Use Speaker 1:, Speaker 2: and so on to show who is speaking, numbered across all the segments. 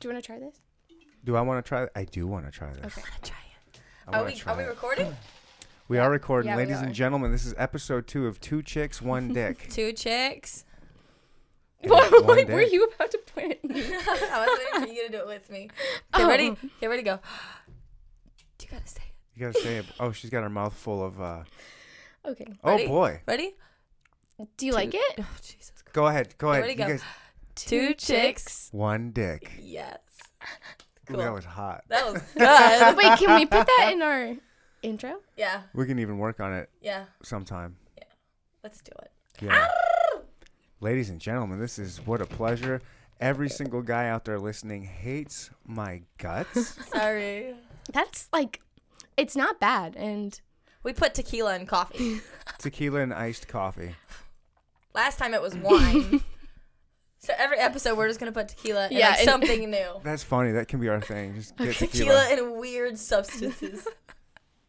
Speaker 1: Do you want to try this?
Speaker 2: Do I want to try? I do want to try this.
Speaker 1: Okay.
Speaker 2: I
Speaker 3: Are
Speaker 2: wanna
Speaker 3: we
Speaker 2: try
Speaker 3: are we
Speaker 2: it.
Speaker 3: recording?
Speaker 2: We are recording,
Speaker 1: Yeah, we
Speaker 2: ladies
Speaker 1: are.
Speaker 2: and gentlemen. This is episode two of Two Chicks, One Dick.
Speaker 3: Two chicks.
Speaker 2: It is
Speaker 1: What,
Speaker 2: one
Speaker 1: what were
Speaker 2: dick.
Speaker 1: you about to point at me?
Speaker 3: I was waiting for you to do it with me.
Speaker 1: Um,
Speaker 3: Um. Get ready. Get ready to go. You gotta say it.
Speaker 2: You gotta say. It. Oh, she's got her mouth full of. uh
Speaker 1: Okay.
Speaker 2: Oh
Speaker 3: Ready?
Speaker 2: boy.
Speaker 3: Ready?
Speaker 1: Do you like it?
Speaker 3: Oh Jesus Christ.
Speaker 2: Go ahead. Go ahead.
Speaker 3: ready,
Speaker 2: You
Speaker 3: go.
Speaker 2: guys.
Speaker 3: Two chicks.
Speaker 2: One dick.
Speaker 3: Yes.
Speaker 2: Ooh,
Speaker 3: Cool.
Speaker 2: that was hot.
Speaker 3: That was good.
Speaker 1: Uh, Wait, can we put that in our intro?
Speaker 3: yeah.
Speaker 2: We can even work on it
Speaker 3: Yeah.
Speaker 2: sometime.
Speaker 3: Let's do it.
Speaker 2: Yeah.
Speaker 3: Ah!
Speaker 2: Ladies and gentlemen, this is what a pleasure. Every single guy out there listening hates my guts.
Speaker 3: Sorry.
Speaker 1: That's like, it's not bad. And
Speaker 3: We put tequila and coffee.
Speaker 2: Tequila and iced coffee.
Speaker 3: Last time it was wine. so every episode we're just gonna put tequila and
Speaker 1: Yeah,
Speaker 3: like,
Speaker 1: and-
Speaker 3: something new.
Speaker 2: That's funny. That can be our thing. Just get
Speaker 3: Tequila and weird substances.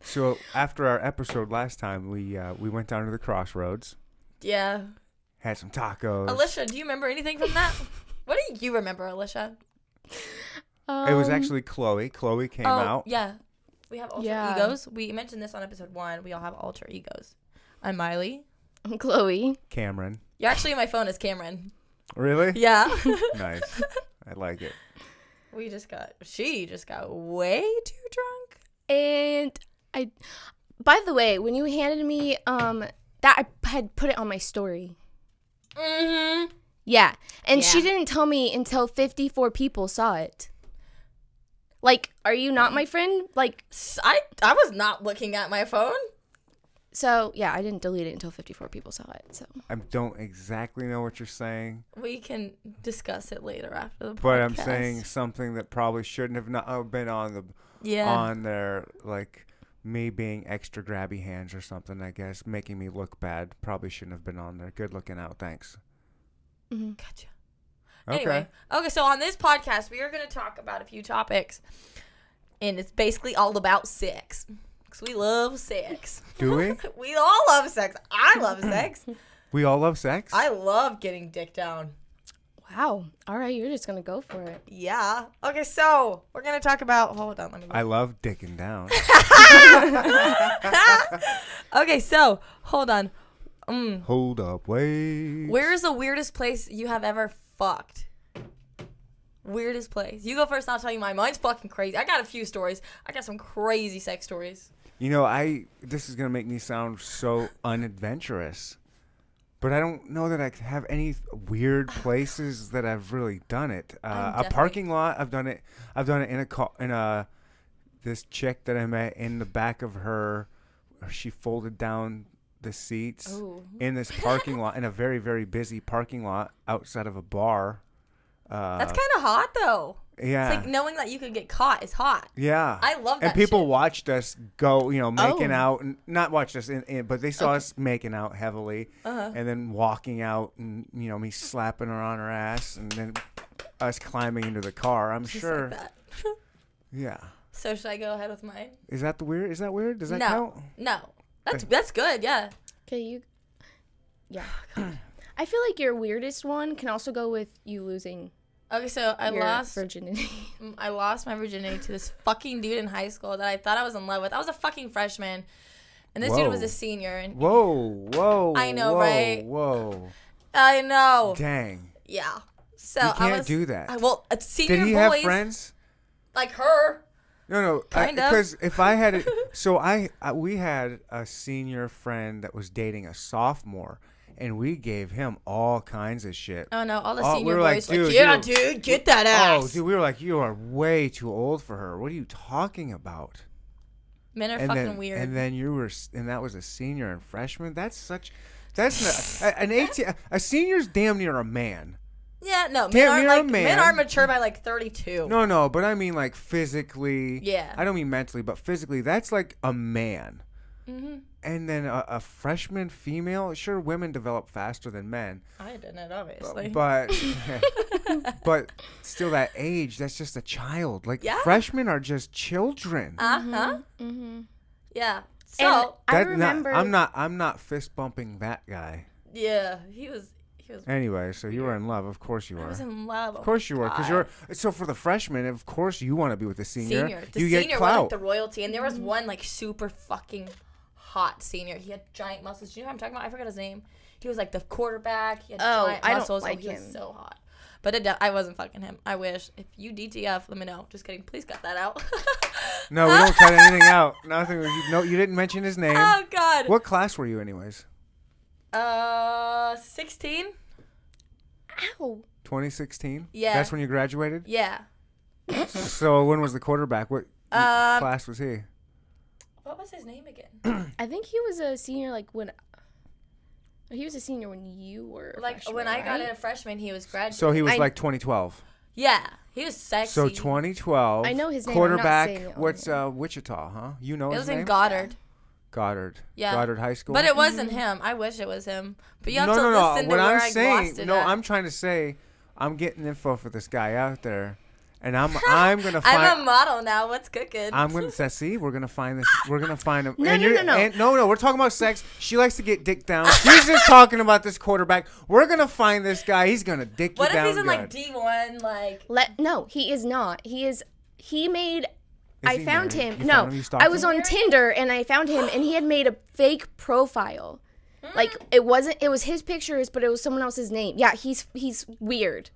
Speaker 2: So after our episode last time, we uh, we went down to the crossroads,
Speaker 3: yeah.
Speaker 2: had some tacos.
Speaker 3: Alicia, do you remember anything from that? What do you remember, Alicia?
Speaker 1: um,
Speaker 2: it was actually Chloe. Chloe
Speaker 3: oh,
Speaker 2: came out.
Speaker 3: yeah. We have alter
Speaker 1: Yeah.
Speaker 3: egos. We mentioned this on episode one. We all have alter egos. I'm Miley.
Speaker 1: Chloe.
Speaker 2: Cameron.
Speaker 3: You're actually my phone is Cameron.
Speaker 2: Really?
Speaker 3: Yeah.
Speaker 2: nice. I like it.
Speaker 3: we just got she just got way too drunk.
Speaker 1: And I, by the way, when you handed me um that, I had put it on my story.
Speaker 3: Mm-hmm.
Speaker 1: Yeah. And she
Speaker 3: Yeah.
Speaker 1: didn't tell me until 54 people saw it. Like, are you not my friend? Like,
Speaker 3: I I was not looking at my phone.
Speaker 1: so yeah, I didn't delete it until 54 people saw it. So
Speaker 2: I don't exactly know what you're saying,
Speaker 3: We can discuss it later after the podcast.
Speaker 2: but I'm saying something that probably shouldn't have not uh, been on the
Speaker 3: yeah.
Speaker 2: on there, like me being extra grabby hands or something. I guess making me look bad probably shouldn't have been on there. Good looking out, thanks.
Speaker 1: mhm.
Speaker 3: Gotcha.
Speaker 2: Okay.
Speaker 3: Anyway, okay, so on this podcast, we are going to talk about a few topics, and it's basically all about sex. Because we love sex.
Speaker 2: Do we?
Speaker 3: We all love sex. I love sex.
Speaker 2: We all love sex.
Speaker 3: I love getting dick down.
Speaker 1: wow. All right, you're just gonna go for it.
Speaker 3: Yeah. Okay, so we're going to talk about. Hold on, let me.
Speaker 2: I love dicking down.
Speaker 3: okay, so hold on. Mm,
Speaker 2: Hold up, wait.
Speaker 3: where is the weirdest place you have ever fucked? Weirdest place. You go first, and I'll tell you mine. Mine's fucking crazy. I got a few stories. I got some crazy sex stories.
Speaker 2: You know, I this is gonna make me sound so unadventurous, but I don't know that I c- have any weird places that I've really done it. Uh, a
Speaker 3: definitely-
Speaker 2: parking lot, I've done it. I've done it in a car in a this chick that I met in the back of her. She folded down the seats
Speaker 3: Ooh.
Speaker 2: in this parking lot in a very very busy parking lot outside of a bar. Uh,
Speaker 3: That's kind of hot though.
Speaker 2: yeah.
Speaker 3: It's like knowing that you could get caught is hot.
Speaker 2: Yeah,
Speaker 3: I love
Speaker 2: And
Speaker 3: that
Speaker 2: people
Speaker 3: shit.
Speaker 2: watched us go, you know, making
Speaker 1: Oh.
Speaker 2: out, and not watched us, in, in, but they saw us making out heavily,
Speaker 3: Uh-huh.
Speaker 2: and then walking out, and you know, me slapping her on her ass, and then us climbing into the car. I'm
Speaker 3: Just
Speaker 2: sure.
Speaker 3: like that.
Speaker 2: yeah.
Speaker 3: so should I go ahead with mine?
Speaker 2: Is that the weird? Is that weird? Does that
Speaker 3: no.
Speaker 2: count?
Speaker 3: No. That's that's good. Yeah.
Speaker 1: Okay, you. Yeah. I feel like your weirdest one can also go with you losing
Speaker 3: Okay, so I
Speaker 1: your
Speaker 3: lost
Speaker 1: virginity.
Speaker 3: Mm, I lost my virginity to this fucking dude in high school that I thought I was in love with. I was a fucking freshman, and this dude was
Speaker 2: Whoa.
Speaker 3: a senior. And
Speaker 2: Whoa, whoa.
Speaker 3: I know,
Speaker 2: whoa,
Speaker 3: right?
Speaker 2: Whoa.
Speaker 3: I know.
Speaker 2: Dang.
Speaker 3: Yeah. So
Speaker 2: You
Speaker 3: I
Speaker 2: can't
Speaker 3: was,
Speaker 2: do that.
Speaker 3: I, well, uh,
Speaker 2: Did
Speaker 3: senior boys
Speaker 2: he have friends?
Speaker 3: like her.
Speaker 2: No, no,
Speaker 3: Kind of.
Speaker 2: because if I had it, so I, I we had a senior friend that was dating a sophomore, and we gave him all kinds of shit.
Speaker 3: Oh no, all the
Speaker 2: Oh, we
Speaker 3: senior
Speaker 2: were like,
Speaker 3: boys
Speaker 2: dude,
Speaker 3: yeah,
Speaker 2: you-
Speaker 3: dude, get that
Speaker 2: oh,
Speaker 3: ass.
Speaker 2: dude, we were like, you are way too old for her. What are you talking about?
Speaker 3: Men are
Speaker 2: And
Speaker 3: fucking
Speaker 2: then,
Speaker 3: weird.
Speaker 2: and then you were, s- and that was a senior and freshman. That's such, that's not, a- an eighteen. A senior's damn near a man.
Speaker 3: yeah, no, men
Speaker 2: Damn,
Speaker 3: are
Speaker 2: you're a
Speaker 3: like men
Speaker 2: man.
Speaker 3: are mature by like thirty-two.
Speaker 2: No, no, but I mean like physically.
Speaker 3: Yeah.
Speaker 2: I don't mean mentally, but physically, that's like a man.
Speaker 3: Mm-hmm.
Speaker 2: And then a, a freshman female. Sure, women develop faster than men,
Speaker 3: I didn't obviously.
Speaker 2: but but still, that age, that's just a child. Like
Speaker 3: Yeah.
Speaker 2: freshmen are just children.
Speaker 3: uh huh.
Speaker 1: mm-hmm.
Speaker 3: Yeah. So
Speaker 1: And I
Speaker 2: That- not-
Speaker 1: remember.
Speaker 2: I'm not. I'm not fist bumping that guy.
Speaker 3: yeah, he was. He was.
Speaker 2: Anyway, so you were in love. Of course you
Speaker 3: I
Speaker 2: were.
Speaker 3: was
Speaker 2: Of
Speaker 3: in love. Oh Of
Speaker 2: course you were, because you're. So for the freshman, of course you want to be with the senior.
Speaker 3: senior. The
Speaker 2: you
Speaker 3: senior
Speaker 2: get
Speaker 3: was
Speaker 2: clout.
Speaker 3: like the royalty, and there was one like super fucking hot senior. He had giant muscles. Do you know what I'm talking about? I forgot his name. He was like the quarterback. He had
Speaker 1: Oh,
Speaker 3: giant
Speaker 1: I don't
Speaker 3: muscles.
Speaker 1: like
Speaker 3: oh, he was
Speaker 1: him.
Speaker 3: so hot. But it, de- I wasn't fucking him. I wish. If you DTF, let me know. Just kidding. Please cut that out.
Speaker 2: no, we don't cut anything out. Nothing. You, no, you didn't mention his name.
Speaker 3: oh God.
Speaker 2: What class were you, anyways?
Speaker 3: Uh, sixteen.
Speaker 1: Ow.
Speaker 2: 2016.
Speaker 3: Yeah.
Speaker 2: That's when you graduated.
Speaker 3: Yeah.
Speaker 2: so when was the quarterback? What
Speaker 3: Um,
Speaker 2: class was he?
Speaker 3: what was his name again?
Speaker 1: I think he was a senior like when he was a senior when you were a
Speaker 3: Like
Speaker 1: freshman,
Speaker 3: when I got
Speaker 1: right?
Speaker 3: in a freshman, he was graduating.
Speaker 2: So he was
Speaker 1: I-
Speaker 2: like 2012.
Speaker 3: yeah, he was sexy.
Speaker 2: So 2012.
Speaker 1: I know his name, I'm not
Speaker 2: Quarterback.
Speaker 1: saying it on
Speaker 2: what's
Speaker 1: here.
Speaker 2: uh, Wichita? Huh? You know
Speaker 3: It
Speaker 2: his
Speaker 3: was
Speaker 2: name.
Speaker 3: in Goddard,
Speaker 2: Goddard.
Speaker 3: Yeah.
Speaker 2: Goddard High School.
Speaker 3: but it wasn't him. I wish it was him. But you have
Speaker 2: no,
Speaker 3: to
Speaker 2: no, no.
Speaker 3: listen
Speaker 2: what
Speaker 3: to where
Speaker 2: I'm
Speaker 3: i
Speaker 2: saying,
Speaker 3: glossed it
Speaker 2: no,
Speaker 3: at.
Speaker 2: I'm trying to say, I'm getting info for this guy out there, and I'm I'm gonna find.
Speaker 3: I'm a model now. What's cooking?
Speaker 2: I'm gonna say, see, we're gonna find this. We're gonna find him.
Speaker 1: No,
Speaker 2: and
Speaker 1: no,
Speaker 2: you're-
Speaker 1: no, no.
Speaker 2: And, no, no. We're talking about sex. She likes to get dick down. She's just talking about this quarterback. We're gonna find this guy. He's gonna dick
Speaker 3: what
Speaker 2: you
Speaker 3: if
Speaker 2: down.
Speaker 3: he's in like
Speaker 2: good.
Speaker 3: D one? Like
Speaker 1: Let no, he is not. He is. He made.
Speaker 2: Is
Speaker 1: I
Speaker 2: he
Speaker 1: found
Speaker 2: married?
Speaker 1: him.
Speaker 2: You
Speaker 1: no,
Speaker 2: found him? You stalked
Speaker 1: I was
Speaker 2: him?
Speaker 1: on Tinder and I found him, and he had made a fake profile.
Speaker 2: Hmm.
Speaker 1: Like it wasn't. It was his pictures, but it was someone else's name. Yeah, he's he's weird.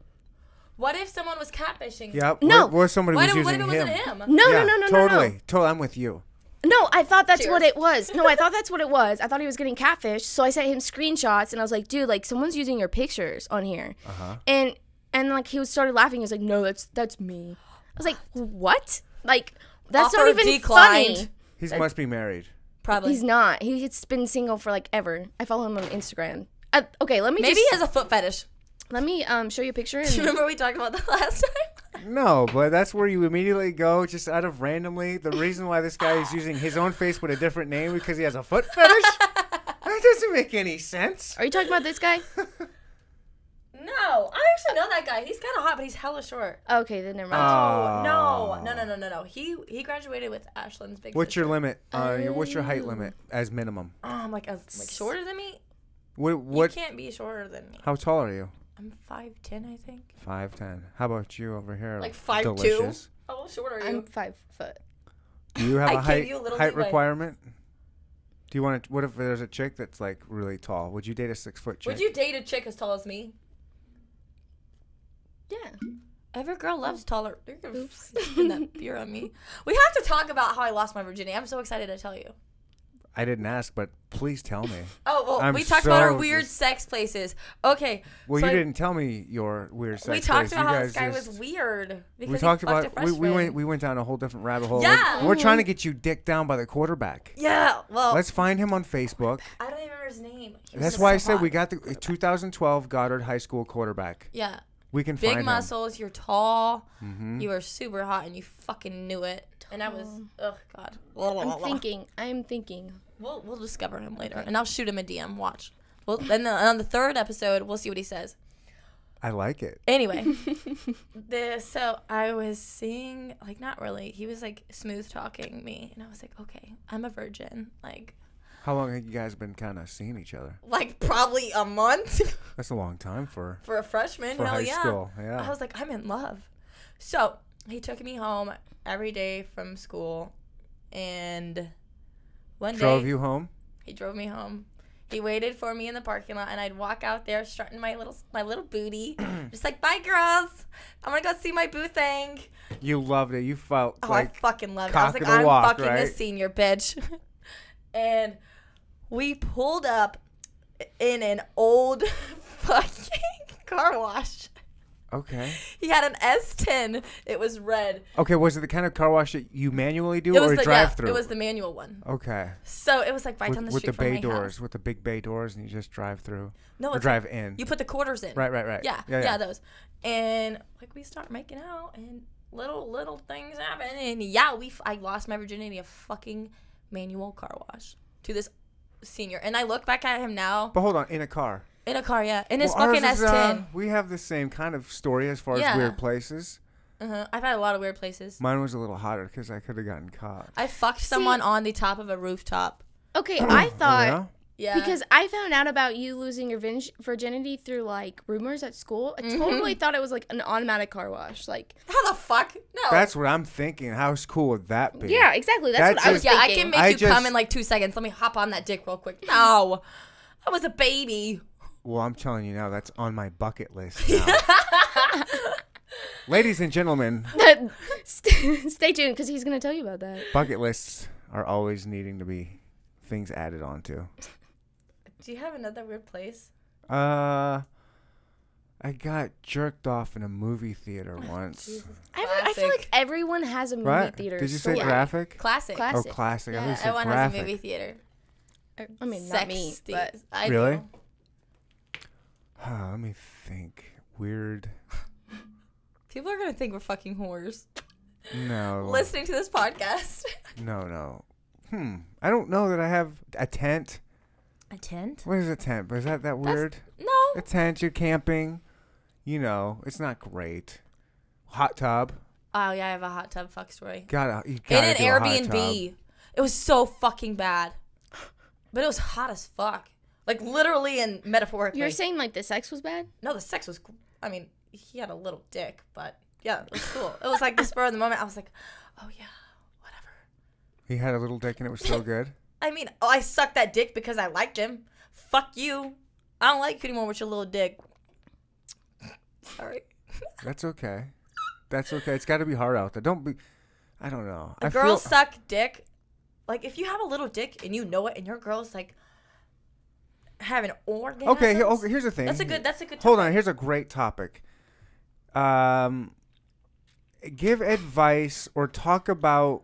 Speaker 3: what if someone was catfishing? him?
Speaker 2: Yep.
Speaker 1: No.
Speaker 2: What, what if somebody
Speaker 3: What
Speaker 2: was
Speaker 3: if, what if
Speaker 2: using
Speaker 3: it
Speaker 2: him.
Speaker 3: wasn't him?
Speaker 1: No,
Speaker 2: Yeah,
Speaker 1: no, no, no,
Speaker 2: totally.
Speaker 1: no,
Speaker 2: Totally. I'm with you.
Speaker 1: no. No, I thought that's what
Speaker 3: Cheers.
Speaker 1: it was. No, I thought that's what it was. I thought he was getting catfished, so I sent him screenshots, and I was like, dude, like someone's using your pictures on here, uh-huh. and and like he was started laughing. He was like, no, that's that's me. I was like, what? Like that's
Speaker 3: Offer
Speaker 1: not even
Speaker 3: declined.
Speaker 1: funny.
Speaker 2: He must be married.
Speaker 3: Probably.
Speaker 1: He's not. He- He's been single for like ever. I follow him on Instagram. Uh, okay, let me
Speaker 3: Maybe
Speaker 1: just
Speaker 3: he has a foot fetish.
Speaker 1: let me um show you a picture.
Speaker 3: Do you
Speaker 1: And,
Speaker 3: remember we talked about that last time?
Speaker 2: No, but that's where you immediately go just out of randomly. The reason why this guy is using his own face with a different name because he has a foot fetish? that doesn't make any sense.
Speaker 1: are you talking about this guy?
Speaker 3: no, I actually know that guy. He's kind of hot, but he's hella short.
Speaker 1: Okay, then never mind.
Speaker 2: Oh.
Speaker 3: No, no, no, no, no, no. He he graduated with Ashlyn's big.
Speaker 2: What's
Speaker 3: sister.
Speaker 2: your limit? Uh, your, what's your height
Speaker 3: Um.
Speaker 2: limit as minimum?
Speaker 3: Oh my god, like shorter than me?
Speaker 2: What?
Speaker 3: You
Speaker 2: what
Speaker 3: can't be shorter than me.
Speaker 2: how tall are you?
Speaker 3: I'm five ten, I think.
Speaker 2: Five ten. How about you over here?
Speaker 3: Like 5'2"?
Speaker 2: delicious?
Speaker 3: How short
Speaker 2: Uh,
Speaker 3: are you?
Speaker 1: I'm five foot.
Speaker 2: Do you have
Speaker 3: I
Speaker 2: a
Speaker 3: give
Speaker 2: height
Speaker 3: you a little
Speaker 2: height
Speaker 3: leeway.
Speaker 2: requirement? Do you want to? What if there's a chick that's like really tall? Would you date a six foot chick?
Speaker 3: Would you date a chick as tall as me?
Speaker 1: Yeah.
Speaker 3: Every girl loves taller. You're gonna spin that beer on me. We have to talk about how I lost my virginity. I'm so excited to tell you.
Speaker 2: I didn't ask, but please tell me.
Speaker 3: Oh well,
Speaker 2: I'm
Speaker 3: we talked about our
Speaker 2: so
Speaker 3: weird
Speaker 2: just-
Speaker 3: sex places. Okay.
Speaker 2: Well,
Speaker 3: so
Speaker 2: you
Speaker 3: I-
Speaker 2: didn't tell me your weird sex.
Speaker 3: We talked
Speaker 2: days.
Speaker 3: about
Speaker 2: You
Speaker 3: how this
Speaker 2: guys
Speaker 3: guy
Speaker 2: just-
Speaker 3: was weird. Because
Speaker 2: We
Speaker 3: he
Speaker 2: talked
Speaker 3: fucked
Speaker 2: about
Speaker 3: a
Speaker 2: we, we
Speaker 3: freshman.
Speaker 2: went we went down a whole different rabbit hole. We're-
Speaker 3: Yeah. Mm-hmm.
Speaker 2: We're, trying to get you dicked down by the quarterback.
Speaker 3: Yeah. Well,
Speaker 2: Let's find him on Facebook.
Speaker 3: I don't even remember his name. He was
Speaker 2: That's
Speaker 3: so
Speaker 2: why I said we
Speaker 3: hot.
Speaker 2: got the 2012 Goddard High School quarterback.
Speaker 3: Yeah.
Speaker 2: We can
Speaker 3: Big
Speaker 2: find him. Mm-hmm.
Speaker 3: muscles. You're tall. You are super hot, and you fucking knew it. And I was, oh god.
Speaker 1: I'm thinking. I'm thinking.
Speaker 3: We'll we'll discover him later, and I'll shoot him a DM. Watch. Well, then on the third episode, we'll see what he says.
Speaker 2: I like it.
Speaker 3: Anyway, the so I was seeing like not really. He was like smooth talking me, and I was like, okay, I'm a virgin. Like
Speaker 2: How long have you guys been kind of seeing each other?
Speaker 3: like probably a month
Speaker 2: That's a long time for
Speaker 3: for a freshman.
Speaker 2: for
Speaker 3: Hell
Speaker 2: high
Speaker 3: Oh, yeah.
Speaker 2: school.
Speaker 3: I
Speaker 2: Yeah.
Speaker 3: was like, I'm in love. So he took me home every day from school, and one
Speaker 2: Drove
Speaker 3: day
Speaker 2: you home.
Speaker 3: he drove me home. He waited for me in the parking lot, and I'd walk out there strutting my little my little booty, just like, "Bye, girls! I'm gonna go see my boo thing."
Speaker 2: You loved it. You felt
Speaker 3: Oh,
Speaker 2: like
Speaker 3: I fucking love it. I
Speaker 2: cock
Speaker 3: was like,
Speaker 2: of the
Speaker 3: I'm
Speaker 2: walk,
Speaker 3: fucking a
Speaker 2: right?
Speaker 3: senior bitch. and we pulled up in an old fucking car wash.
Speaker 2: okay.
Speaker 3: He had an S10. It was red.
Speaker 2: Okay. Was it the kind of car wash that you manually do
Speaker 3: It
Speaker 2: or
Speaker 3: was the yeah,
Speaker 2: drive through?
Speaker 3: It was the manual one.
Speaker 2: okay.
Speaker 3: So it was like right
Speaker 2: With,
Speaker 3: down the
Speaker 2: with
Speaker 3: street
Speaker 2: the
Speaker 3: from
Speaker 2: bay
Speaker 3: my
Speaker 2: doors,
Speaker 3: house.
Speaker 2: with the big bay doors, and you just drive through
Speaker 3: No,
Speaker 2: or
Speaker 3: it's
Speaker 2: drive in.
Speaker 3: you put the quarters in.
Speaker 2: Right, right, right.
Speaker 3: Yeah,
Speaker 2: Yeah,
Speaker 3: yeah,
Speaker 2: yeah.
Speaker 3: those. And like we start making out, and little little things happen, and yeah, we f- I lost my virginity a fucking manual car wash to this senior, and I look back at him now
Speaker 2: But hold on, in a car.
Speaker 3: in a car, yeah, in his
Speaker 2: Well,
Speaker 3: fucking
Speaker 2: ours is,
Speaker 3: S10.
Speaker 2: uh, we have the same kind of story as far
Speaker 3: Yeah.
Speaker 2: as weird places.
Speaker 3: uh-huh. I've had a lot of weird places.
Speaker 2: Mine was a little hotter because I could have gotten caught.
Speaker 3: I fucked someone on the top of a rooftop.
Speaker 1: Okay, I
Speaker 2: Oh,
Speaker 1: thought
Speaker 2: yeah?
Speaker 3: Yeah.
Speaker 1: Because I found out about you losing your vin- virginity through like rumors at school. I totally thought it was like an automatic car wash. Like,
Speaker 3: how the fuck? No.
Speaker 2: That's what I'm thinking. How cool would that be?
Speaker 1: oh. yeah, exactly. That's,
Speaker 2: That's
Speaker 1: what I was
Speaker 2: just-
Speaker 3: yeah, I
Speaker 1: thinking.
Speaker 3: can make
Speaker 2: I
Speaker 3: you come
Speaker 2: just-
Speaker 3: in like two seconds. Let me hop on that dick real quick. No, I was a baby.
Speaker 2: Well, I'm telling you now, that's on my bucket list. Now. Ladies and gentlemen,
Speaker 1: That- st- stay tuned because he's gonna tell you about that.
Speaker 2: bucket lists are always needing to be things added onto.
Speaker 3: Do you have another weird place?
Speaker 2: Uh, I got jerked off in a movie theater
Speaker 1: Oh,
Speaker 2: once.
Speaker 1: I, I feel like
Speaker 3: Classic.
Speaker 1: everyone has a movie
Speaker 2: What?
Speaker 1: theater.
Speaker 2: Did you say
Speaker 1: story.
Speaker 2: graphic?
Speaker 3: Classic.
Speaker 2: Oh,
Speaker 1: Classic.
Speaker 2: classic. I
Speaker 3: Yeah,
Speaker 2: thought you said
Speaker 3: everyone has
Speaker 2: graphic.
Speaker 3: a movie theater.
Speaker 1: I mean, not me,
Speaker 3: Sex
Speaker 1: but
Speaker 3: things. I
Speaker 2: Really?
Speaker 3: do.
Speaker 2: Huh, let me think. Weird.
Speaker 3: People are gonna think we're fucking whores
Speaker 2: No.
Speaker 3: listening to this podcast.
Speaker 2: No, no. Hmm. I don't know that I have a tent.
Speaker 3: A tent?
Speaker 2: What is a tent? Is that that weird?
Speaker 3: No.
Speaker 2: A tent. You're camping. You know, it's not great. Hot tub.
Speaker 3: Oh yeah, I have a hot tub fuck story.
Speaker 2: Gotta. You
Speaker 3: In
Speaker 2: gotta
Speaker 3: an
Speaker 2: do a hot tub.
Speaker 3: Airbnb. It was so fucking bad, but it was hot as fuck. Like literally and metaphorically.
Speaker 1: you're saying like the sex was bad.
Speaker 3: No, the sex was. gr- I mean, he had a little dick, but yeah, it was cool. it was like the spur of the moment. I was like, oh yeah, whatever.
Speaker 2: He had a little dick and it was so good.
Speaker 3: I mean, oh, I sucked that dick because I liked him. Fuck you. I don't like you anymore with your little dick. Sorry.
Speaker 2: That's okay. That's okay. It's got to be hard out there. Don't be. I don't know. I feel-
Speaker 3: Girls suck dick. Like if you have a little dick and you know it, and your girl's like having orgasms.
Speaker 2: Okay, here, okay. Here's the thing.
Speaker 3: That's a good. That's a good.
Speaker 2: Hold on. Here's a great topic. Um, give advice or talk about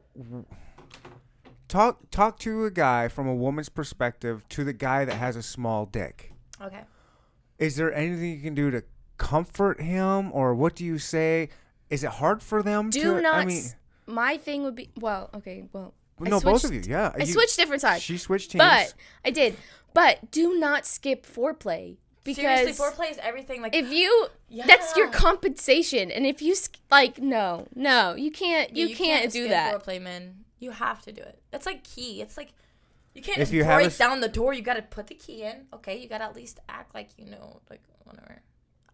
Speaker 2: talk talk to a guy from a woman's perspective to the guy that has a small dick.
Speaker 3: on. Okay.
Speaker 2: Is there anything you can do to comfort him, or what do you say? Is it hard for them
Speaker 1: Do
Speaker 2: to?
Speaker 1: not.
Speaker 2: I mean,
Speaker 1: s- my thing would be well. Okay. Well, I
Speaker 2: no, both of you.
Speaker 1: switched-
Speaker 2: Yeah,
Speaker 1: I
Speaker 2: you-
Speaker 1: switched different sides.
Speaker 2: She switched teams.
Speaker 1: But I did. But do not skip foreplay because
Speaker 3: Seriously, foreplay is everything. Like
Speaker 1: if you that's your
Speaker 3: Yeah.
Speaker 1: compensation, and if you sk- like, no, no, you can't, you, can't, do
Speaker 3: skip
Speaker 1: that.
Speaker 3: Foreplay, man. You have to do it. That's like key. It's like you can't
Speaker 2: If
Speaker 3: just
Speaker 2: you have a
Speaker 3: break
Speaker 2: s-
Speaker 3: down the door. You got to put the key in. Okay, you got to at least act like you know, like whatever.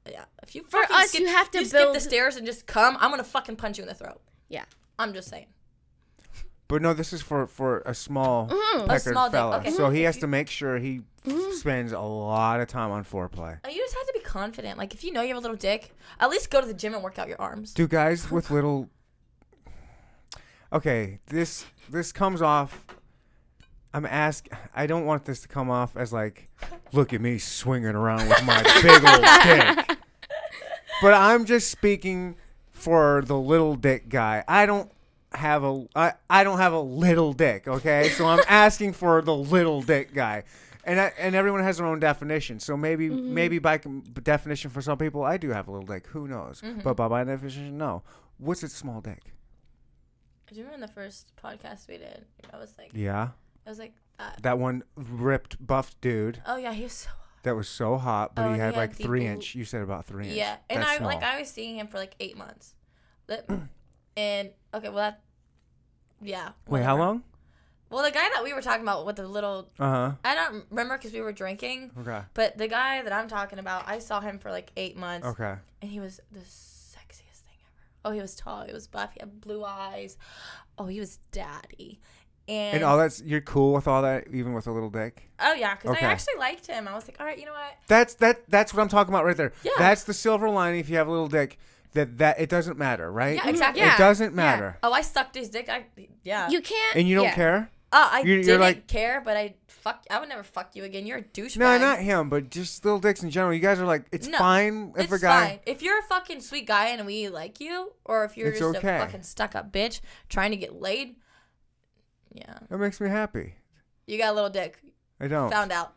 Speaker 3: Yeah. If you
Speaker 1: For
Speaker 3: fucking
Speaker 1: us,
Speaker 3: skip,
Speaker 1: you have to
Speaker 3: skip the
Speaker 1: build-
Speaker 3: stairs and just come. I'm gonna fucking punch you in the throat.
Speaker 1: Yeah.
Speaker 3: I'm just saying.
Speaker 2: But no, this is for for a small
Speaker 1: Mm-hmm.
Speaker 2: peckered
Speaker 3: small dick,
Speaker 2: fella.
Speaker 3: okay.
Speaker 2: So he has to make sure he spends a lot of time on foreplay.
Speaker 3: Uh, You just have to be confident. Like if you know you have a little dick, at least go to the gym and work out your arms.
Speaker 2: Do guys with little Okay, this this comes off I'm ask I don't want this to come off as like look at me swinging around with my big old dick. But I'm just speaking for the little dick guy. I don't have a I, I don't have a little dick, okay? So I'm asking for the little dick guy. And I, and everyone has their own definition. So maybe
Speaker 3: Mm-hmm.
Speaker 2: maybe by com- definition for some people I do have a little dick. Who knows?
Speaker 3: Mm-hmm.
Speaker 2: But by my definition, no. What's a small dick?
Speaker 3: Do you remember in the first podcast we did? I was like,
Speaker 2: Yeah.
Speaker 3: I was like, uh,
Speaker 2: That one ripped buffed dude
Speaker 3: oh yeah, he was so
Speaker 2: that was so hot, but
Speaker 3: Oh,
Speaker 2: he
Speaker 3: and
Speaker 2: had
Speaker 3: he had
Speaker 2: like
Speaker 3: the
Speaker 2: three
Speaker 3: boo-
Speaker 2: inch. You said about three inch.
Speaker 3: Yeah, and
Speaker 2: That's
Speaker 3: I like
Speaker 2: small.
Speaker 3: I was seeing him for like eight months, That- and okay, well that, yeah.
Speaker 2: Wait, how
Speaker 3: whatever.
Speaker 2: long?
Speaker 3: Well, the guy that we were talking about with the little,
Speaker 2: Uh
Speaker 3: I don't remember because we were drinking,
Speaker 2: huh. Okay.
Speaker 3: but the guy that I'm talking about, I saw him for like eight months,
Speaker 2: Okay.
Speaker 3: and he was the sexiest thing ever. Oh, he was tall, he was buff, he had blue eyes. Oh, he was daddy, and,
Speaker 2: And all that's you're cool with all that, even with a little dick.
Speaker 3: oh yeah, because
Speaker 2: Okay.
Speaker 3: I actually liked him. I was like, all right, you know what?
Speaker 2: That's that. That's what I'm talking about right there.
Speaker 3: Yeah.
Speaker 2: That's the silver lining if you have a little dick. That that it doesn't matter, right?
Speaker 3: Yeah, exactly.
Speaker 1: Yeah.
Speaker 2: It doesn't
Speaker 1: Mm-hmm. Yeah.
Speaker 2: matter,
Speaker 3: Oh, I sucked his dick. I yeah.
Speaker 1: You can't,
Speaker 2: and you don't
Speaker 1: yeah.
Speaker 2: care.
Speaker 3: Uh, I
Speaker 2: You're- you're
Speaker 3: didn't
Speaker 2: like-
Speaker 3: care, but I fuck. I would never fuck you again. You're a douchebag.
Speaker 2: No, not him, but just little dicks in general. You guys are like, it's
Speaker 3: No,
Speaker 2: fine if
Speaker 3: It's
Speaker 2: a guy.
Speaker 3: fine. If you're a fucking sweet guy and we like you, or if you're
Speaker 2: It's
Speaker 3: just
Speaker 2: okay.
Speaker 3: a fucking stuck up bitch trying to get laid, yeah,
Speaker 2: That makes me happy.
Speaker 3: you got a little dick.
Speaker 2: I don't.
Speaker 3: Found out.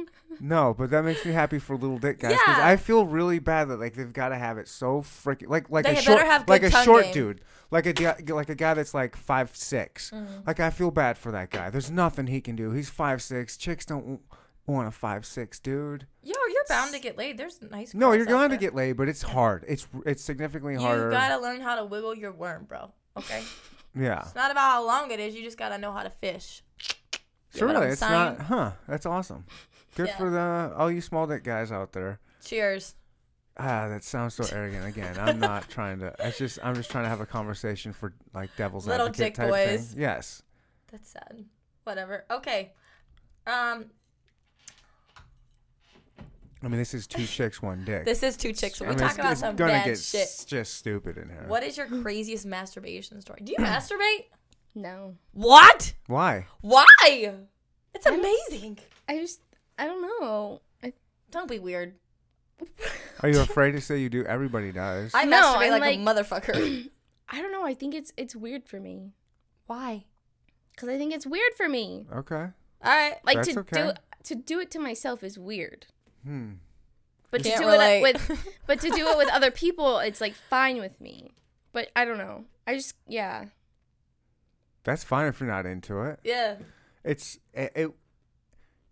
Speaker 2: No, but that makes me happy for little dick guys because
Speaker 3: Yeah.
Speaker 2: I feel really bad that like they've got to have it so freaking like like
Speaker 3: They
Speaker 2: a
Speaker 3: better
Speaker 2: short
Speaker 3: have good
Speaker 2: like a
Speaker 3: tongue
Speaker 2: short
Speaker 3: game.
Speaker 2: dude like a guy- like a guy that's like five
Speaker 3: Mm-hmm.
Speaker 2: Like I feel bad for that guy. There's nothing he can do. He's five six. Chicks don't w- want a five six dude.
Speaker 3: Yo, you're bound to get laid. There's nice.
Speaker 2: No,
Speaker 3: girls
Speaker 2: you're
Speaker 3: out
Speaker 2: going to
Speaker 3: there.
Speaker 2: get laid, but it's hard. It's it's significantly harder.
Speaker 3: You gotta learn how to wiggle your worm, bro. Okay,
Speaker 2: yeah.
Speaker 3: it's not about how long it is. You just gotta know how to fish. You know what
Speaker 2: Sure,
Speaker 3: I'm
Speaker 2: it's
Speaker 3: saying?
Speaker 2: not. Huh? That's awesome. Good
Speaker 3: Yeah.
Speaker 2: for the all you small dick guys out there.
Speaker 3: Cheers.
Speaker 2: Ah, that sounds so arrogant. Again, I'm not trying to. It's just I'm just trying to have a conversation for like devil's
Speaker 3: Little
Speaker 2: advocate
Speaker 3: dick
Speaker 2: type
Speaker 3: boys.
Speaker 2: thing. Yes.
Speaker 3: That's sad. Whatever. Okay. Um,
Speaker 2: I mean, this is two chicks, one dick.
Speaker 3: this is two chicks. so
Speaker 2: I
Speaker 3: We
Speaker 2: mean,
Speaker 3: talk
Speaker 2: it's,
Speaker 3: about
Speaker 2: it's
Speaker 3: some
Speaker 2: gonna
Speaker 3: bad
Speaker 2: get
Speaker 3: shit.
Speaker 2: s- just stupid in here.
Speaker 3: What is your craziest masturbation story? Do you masturbate?
Speaker 1: No.
Speaker 3: What?
Speaker 2: Why?
Speaker 3: Why? It's amazing.
Speaker 1: I just, I don't know. I,
Speaker 3: Don't be weird.
Speaker 2: Are you afraid to say you do? Everybody does.
Speaker 3: I
Speaker 1: No,
Speaker 3: masturbate like,
Speaker 1: I'm like-
Speaker 3: a motherfucker.
Speaker 1: I don't know. I think it's it's weird for me
Speaker 3: Why?
Speaker 1: because I think it's weird for me.
Speaker 2: okay.
Speaker 3: All right.
Speaker 1: Like
Speaker 2: That's
Speaker 1: to do
Speaker 2: okay.
Speaker 1: to do it to myself is weird.
Speaker 2: Hmm.
Speaker 1: But to
Speaker 3: Can't
Speaker 1: do
Speaker 3: relate.
Speaker 1: it with but to do it with other people, it's like fine with me. But I don't know. I just yeah.
Speaker 2: That's fine if you're not into it.
Speaker 3: Yeah.
Speaker 2: It's it. it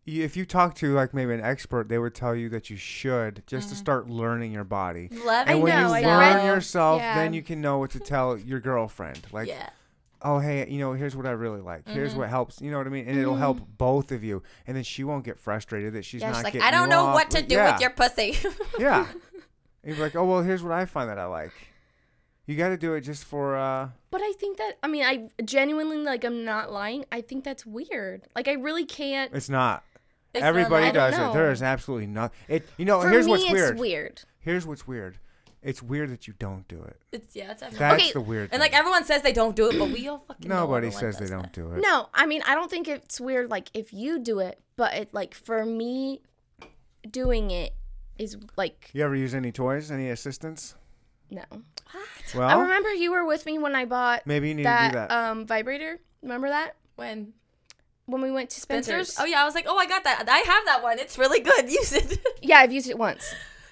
Speaker 2: you- if you talk to like maybe an expert, they would tell you that you should just to
Speaker 3: Mm-hmm.
Speaker 2: start learning your body.
Speaker 3: Love
Speaker 1: I
Speaker 2: And when
Speaker 1: know,
Speaker 2: you
Speaker 1: I
Speaker 2: learn
Speaker 1: read-
Speaker 2: yourself,
Speaker 1: yeah.
Speaker 2: then you can know what to tell your girlfriend. Like,
Speaker 3: yeah.
Speaker 2: oh hey, you know, here's what I really like. Here's
Speaker 3: Mm-hmm.
Speaker 2: what helps. You know what I mean? And it'll help both of you. And then she won't get frustrated that she's
Speaker 3: Yeah.
Speaker 2: not
Speaker 3: She's like,
Speaker 2: getting
Speaker 3: I don't
Speaker 2: you
Speaker 3: know
Speaker 2: off."
Speaker 3: what to
Speaker 2: Like,
Speaker 3: do
Speaker 2: yeah.
Speaker 3: with your pussy.
Speaker 2: yeah. And you're like, oh well, here's what I find that I like. You got to do it just for. uh
Speaker 1: But I think that I mean I genuinely like I'm not lying. I think that's weird. Like I really can't.
Speaker 2: It's not.
Speaker 3: It's
Speaker 2: Everybody
Speaker 1: I
Speaker 3: not
Speaker 1: don't
Speaker 2: does it.
Speaker 1: know.
Speaker 2: There is absolutely nothing. It. You know.
Speaker 1: For
Speaker 2: here's
Speaker 1: me,
Speaker 2: what's
Speaker 1: it's
Speaker 2: weird.
Speaker 1: weird.
Speaker 2: Here's what's weird. It's weird that you don't do it.
Speaker 3: It's yeah. It's everyone.
Speaker 2: That's
Speaker 1: Okay,
Speaker 2: the weird.
Speaker 3: And
Speaker 2: thing.
Speaker 3: like everyone says they don't do it, but we all fucking. know
Speaker 2: nobody
Speaker 3: everyone
Speaker 2: says they
Speaker 3: does
Speaker 2: don't do it.
Speaker 1: No, I mean I don't think it's weird. Like if you do it, but it like for me, doing it is like
Speaker 2: You ever use any toys? Any assistance?
Speaker 1: no. I
Speaker 2: Well,
Speaker 1: remember you were with me when I bought
Speaker 2: maybe you need
Speaker 1: that,
Speaker 2: to do that.
Speaker 1: um vibrator. Remember that
Speaker 3: When
Speaker 1: when we went to Spencer's?
Speaker 3: Spencer's? Oh yeah, I was like, oh, I got that. I have that one. It's really good. Use it.
Speaker 1: yeah, I've used it once,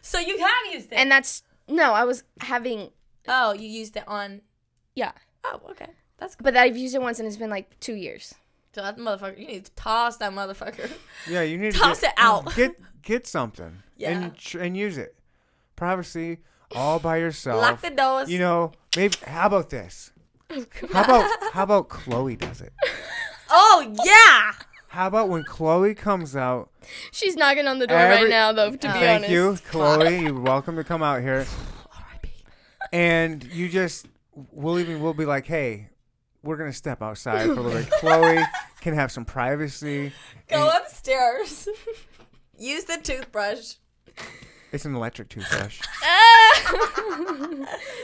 Speaker 3: so you have used it.
Speaker 1: and that's no. I was having
Speaker 3: oh, you used it on.
Speaker 1: yeah,
Speaker 3: Oh, okay. That's good.
Speaker 1: but I've used it once, and it's been like two years.
Speaker 3: So that motherfucker, you need to toss that motherfucker.
Speaker 2: yeah, you need
Speaker 3: toss
Speaker 2: to get,
Speaker 3: it out.
Speaker 2: Get get something.
Speaker 3: Yeah.
Speaker 2: And tr- and use it. Privacy, all by yourself.
Speaker 3: Lock the doors.
Speaker 2: You know, maybe. How about this? How about how about Chloe does it?
Speaker 3: Oh yeah.
Speaker 2: How about when Chloe comes out?
Speaker 1: She's knocking on the door
Speaker 2: Every-
Speaker 1: right now, though. To be
Speaker 2: Thank
Speaker 1: honest,
Speaker 2: you, Chloe. You're welcome to come out here. and you just we'll even we'll be like, hey, we're gonna step outside for a little bit. Chloe can have some privacy.
Speaker 3: Go upstairs. Use the toothbrush.
Speaker 2: It's an electric toothbrush.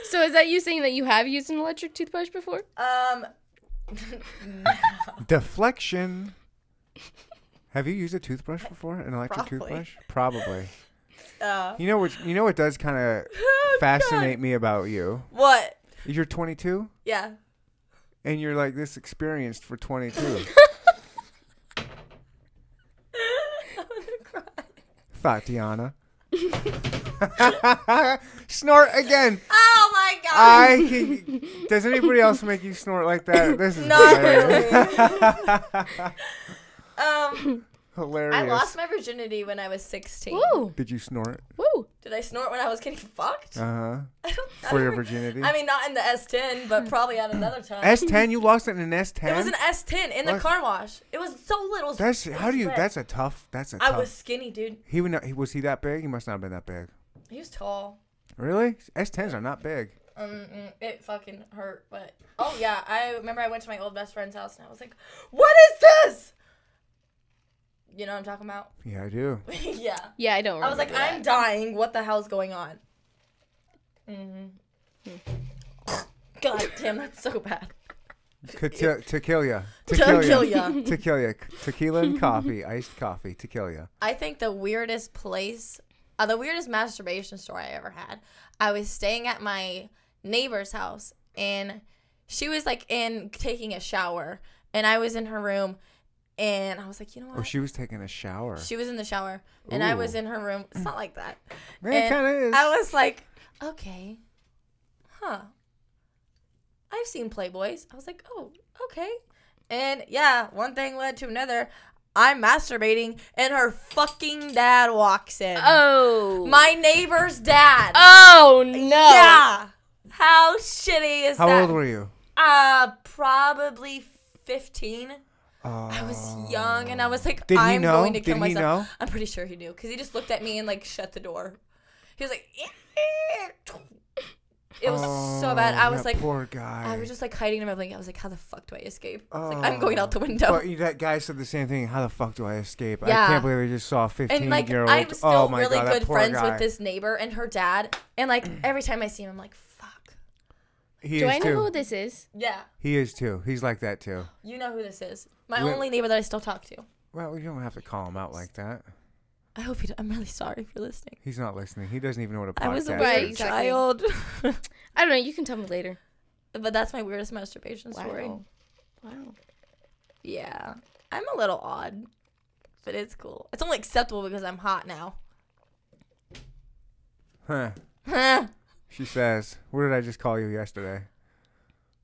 Speaker 1: So is that you saying that you have used an electric toothbrush before?
Speaker 3: Um,
Speaker 2: Deflection. Have you used a toothbrush before? An electric
Speaker 3: Probably.
Speaker 2: toothbrush? Probably.
Speaker 3: uh,
Speaker 2: You know what? You know what does kind of fascinate me about you?
Speaker 3: what?
Speaker 2: You're 22
Speaker 3: Yeah.
Speaker 2: and you're like this experienced for 22.
Speaker 3: I'm gonna cry.
Speaker 2: Tatiana. snort again.
Speaker 3: Oh my god.
Speaker 2: I can, does anybody else make you snort like that? This is
Speaker 3: Not
Speaker 2: hilarious.
Speaker 3: um,
Speaker 2: hilarious.
Speaker 3: I lost my virginity when I was 16.
Speaker 1: Woo,
Speaker 2: Did you snort?
Speaker 1: woo.
Speaker 3: Did I snort when I was getting fucked?
Speaker 2: Uh huh.
Speaker 3: I don't. I
Speaker 2: For
Speaker 3: don't
Speaker 2: your
Speaker 3: re-
Speaker 2: virginity.
Speaker 3: I mean, not in the S10, but probably at another time.
Speaker 2: S10. You lost it in an S10.
Speaker 3: it was an S10 in the
Speaker 2: What?
Speaker 3: car wash. It was so little.
Speaker 2: that's how do you?
Speaker 3: But
Speaker 2: That's a tough. That's a
Speaker 3: I
Speaker 2: tough.
Speaker 3: was skinny, dude.
Speaker 2: he would not, he was he that big? He must not have been that big.
Speaker 3: He was tall.
Speaker 2: Really? S10s are not big.
Speaker 3: Um, mm, it fucking hurt, but oh yeah, I remember I went to my old best friend's house and I was like, "What is this?" You know what I'm talking about?
Speaker 2: Yeah, I do.
Speaker 3: yeah.
Speaker 1: Yeah, I don't. Remember
Speaker 3: I was like,
Speaker 1: that.
Speaker 3: "I'm dying. What the hell's going on?" Mm-hmm. God damn, that's so bad.
Speaker 2: Could te- tequila.
Speaker 3: Tequila.
Speaker 2: Tequila. Tequila and coffee. Iced coffee. Tequila.
Speaker 3: I think the weirdest place, uh, the weirdest masturbation story I ever had. I was staying at my neighbor's house, and she was like in taking a shower, and I was in her room, and I was like, you know
Speaker 2: Oh,
Speaker 3: what?
Speaker 2: she was taking a shower.
Speaker 3: She was in the shower, and I was
Speaker 2: Ooh.
Speaker 3: in her room. It's not like that.
Speaker 2: Yeah, it
Speaker 3: And
Speaker 2: kind of is.
Speaker 3: I was like, okay, huh. I've seen Playboys. I was like, oh, okay. And yeah, one thing led to another. I'm masturbating, and her fucking dad walks in.
Speaker 1: Oh.
Speaker 3: My neighbor's dad.
Speaker 1: oh no.
Speaker 3: Yeah. How shitty is
Speaker 2: How
Speaker 3: that?
Speaker 2: old were you?
Speaker 3: Uh, probably 15.
Speaker 2: Oh,
Speaker 3: I was young and I was like,
Speaker 2: Did he
Speaker 3: I'm
Speaker 2: know?
Speaker 3: going to kill
Speaker 2: Did he
Speaker 3: myself.
Speaker 2: know?
Speaker 3: I'm pretty sure he knew because he just looked at me and like shut the door. He was like, it was so bad. I
Speaker 2: Oh,
Speaker 3: was
Speaker 2: that
Speaker 3: like,
Speaker 2: poor guy.
Speaker 3: I was just like hiding in my blanket. I was like, how the fuck do I escape? I was like, I'm going out the window.
Speaker 2: Oh, But you- that guy said the same thing. How the fuck do I escape? I
Speaker 3: Yeah.
Speaker 2: can't believe I just saw a 15
Speaker 3: and like
Speaker 2: year old.
Speaker 3: I was still
Speaker 2: oh my
Speaker 3: really
Speaker 2: God, that
Speaker 3: good
Speaker 2: poor
Speaker 3: friends
Speaker 2: guy.
Speaker 3: with this neighbor and her dad. And like every time I see him, I'm like, fuck.
Speaker 2: He
Speaker 1: Do
Speaker 2: is
Speaker 1: I know
Speaker 2: too.
Speaker 1: who this is?
Speaker 3: Yeah,
Speaker 2: he is too. He's like that too.
Speaker 3: you know who this is. My
Speaker 2: Wait.
Speaker 3: only neighbor that I still talk to.
Speaker 2: Well, we don't have to call him out like that.
Speaker 3: I hope you. Do. I'm really sorry for listening.
Speaker 2: He's not listening. He doesn't even know what a podcast
Speaker 3: I was a weird
Speaker 2: is.
Speaker 1: Right, exactly.
Speaker 3: child.
Speaker 1: I don't know. You can tell me later.
Speaker 3: but that's my weirdest masturbation story.
Speaker 1: Wow. Wow.
Speaker 3: Yeah. I'm a little odd, but it's cool. It's only acceptable because I'm hot now.
Speaker 2: Huh.
Speaker 3: um,
Speaker 2: She says, "What did I just call you yesterday?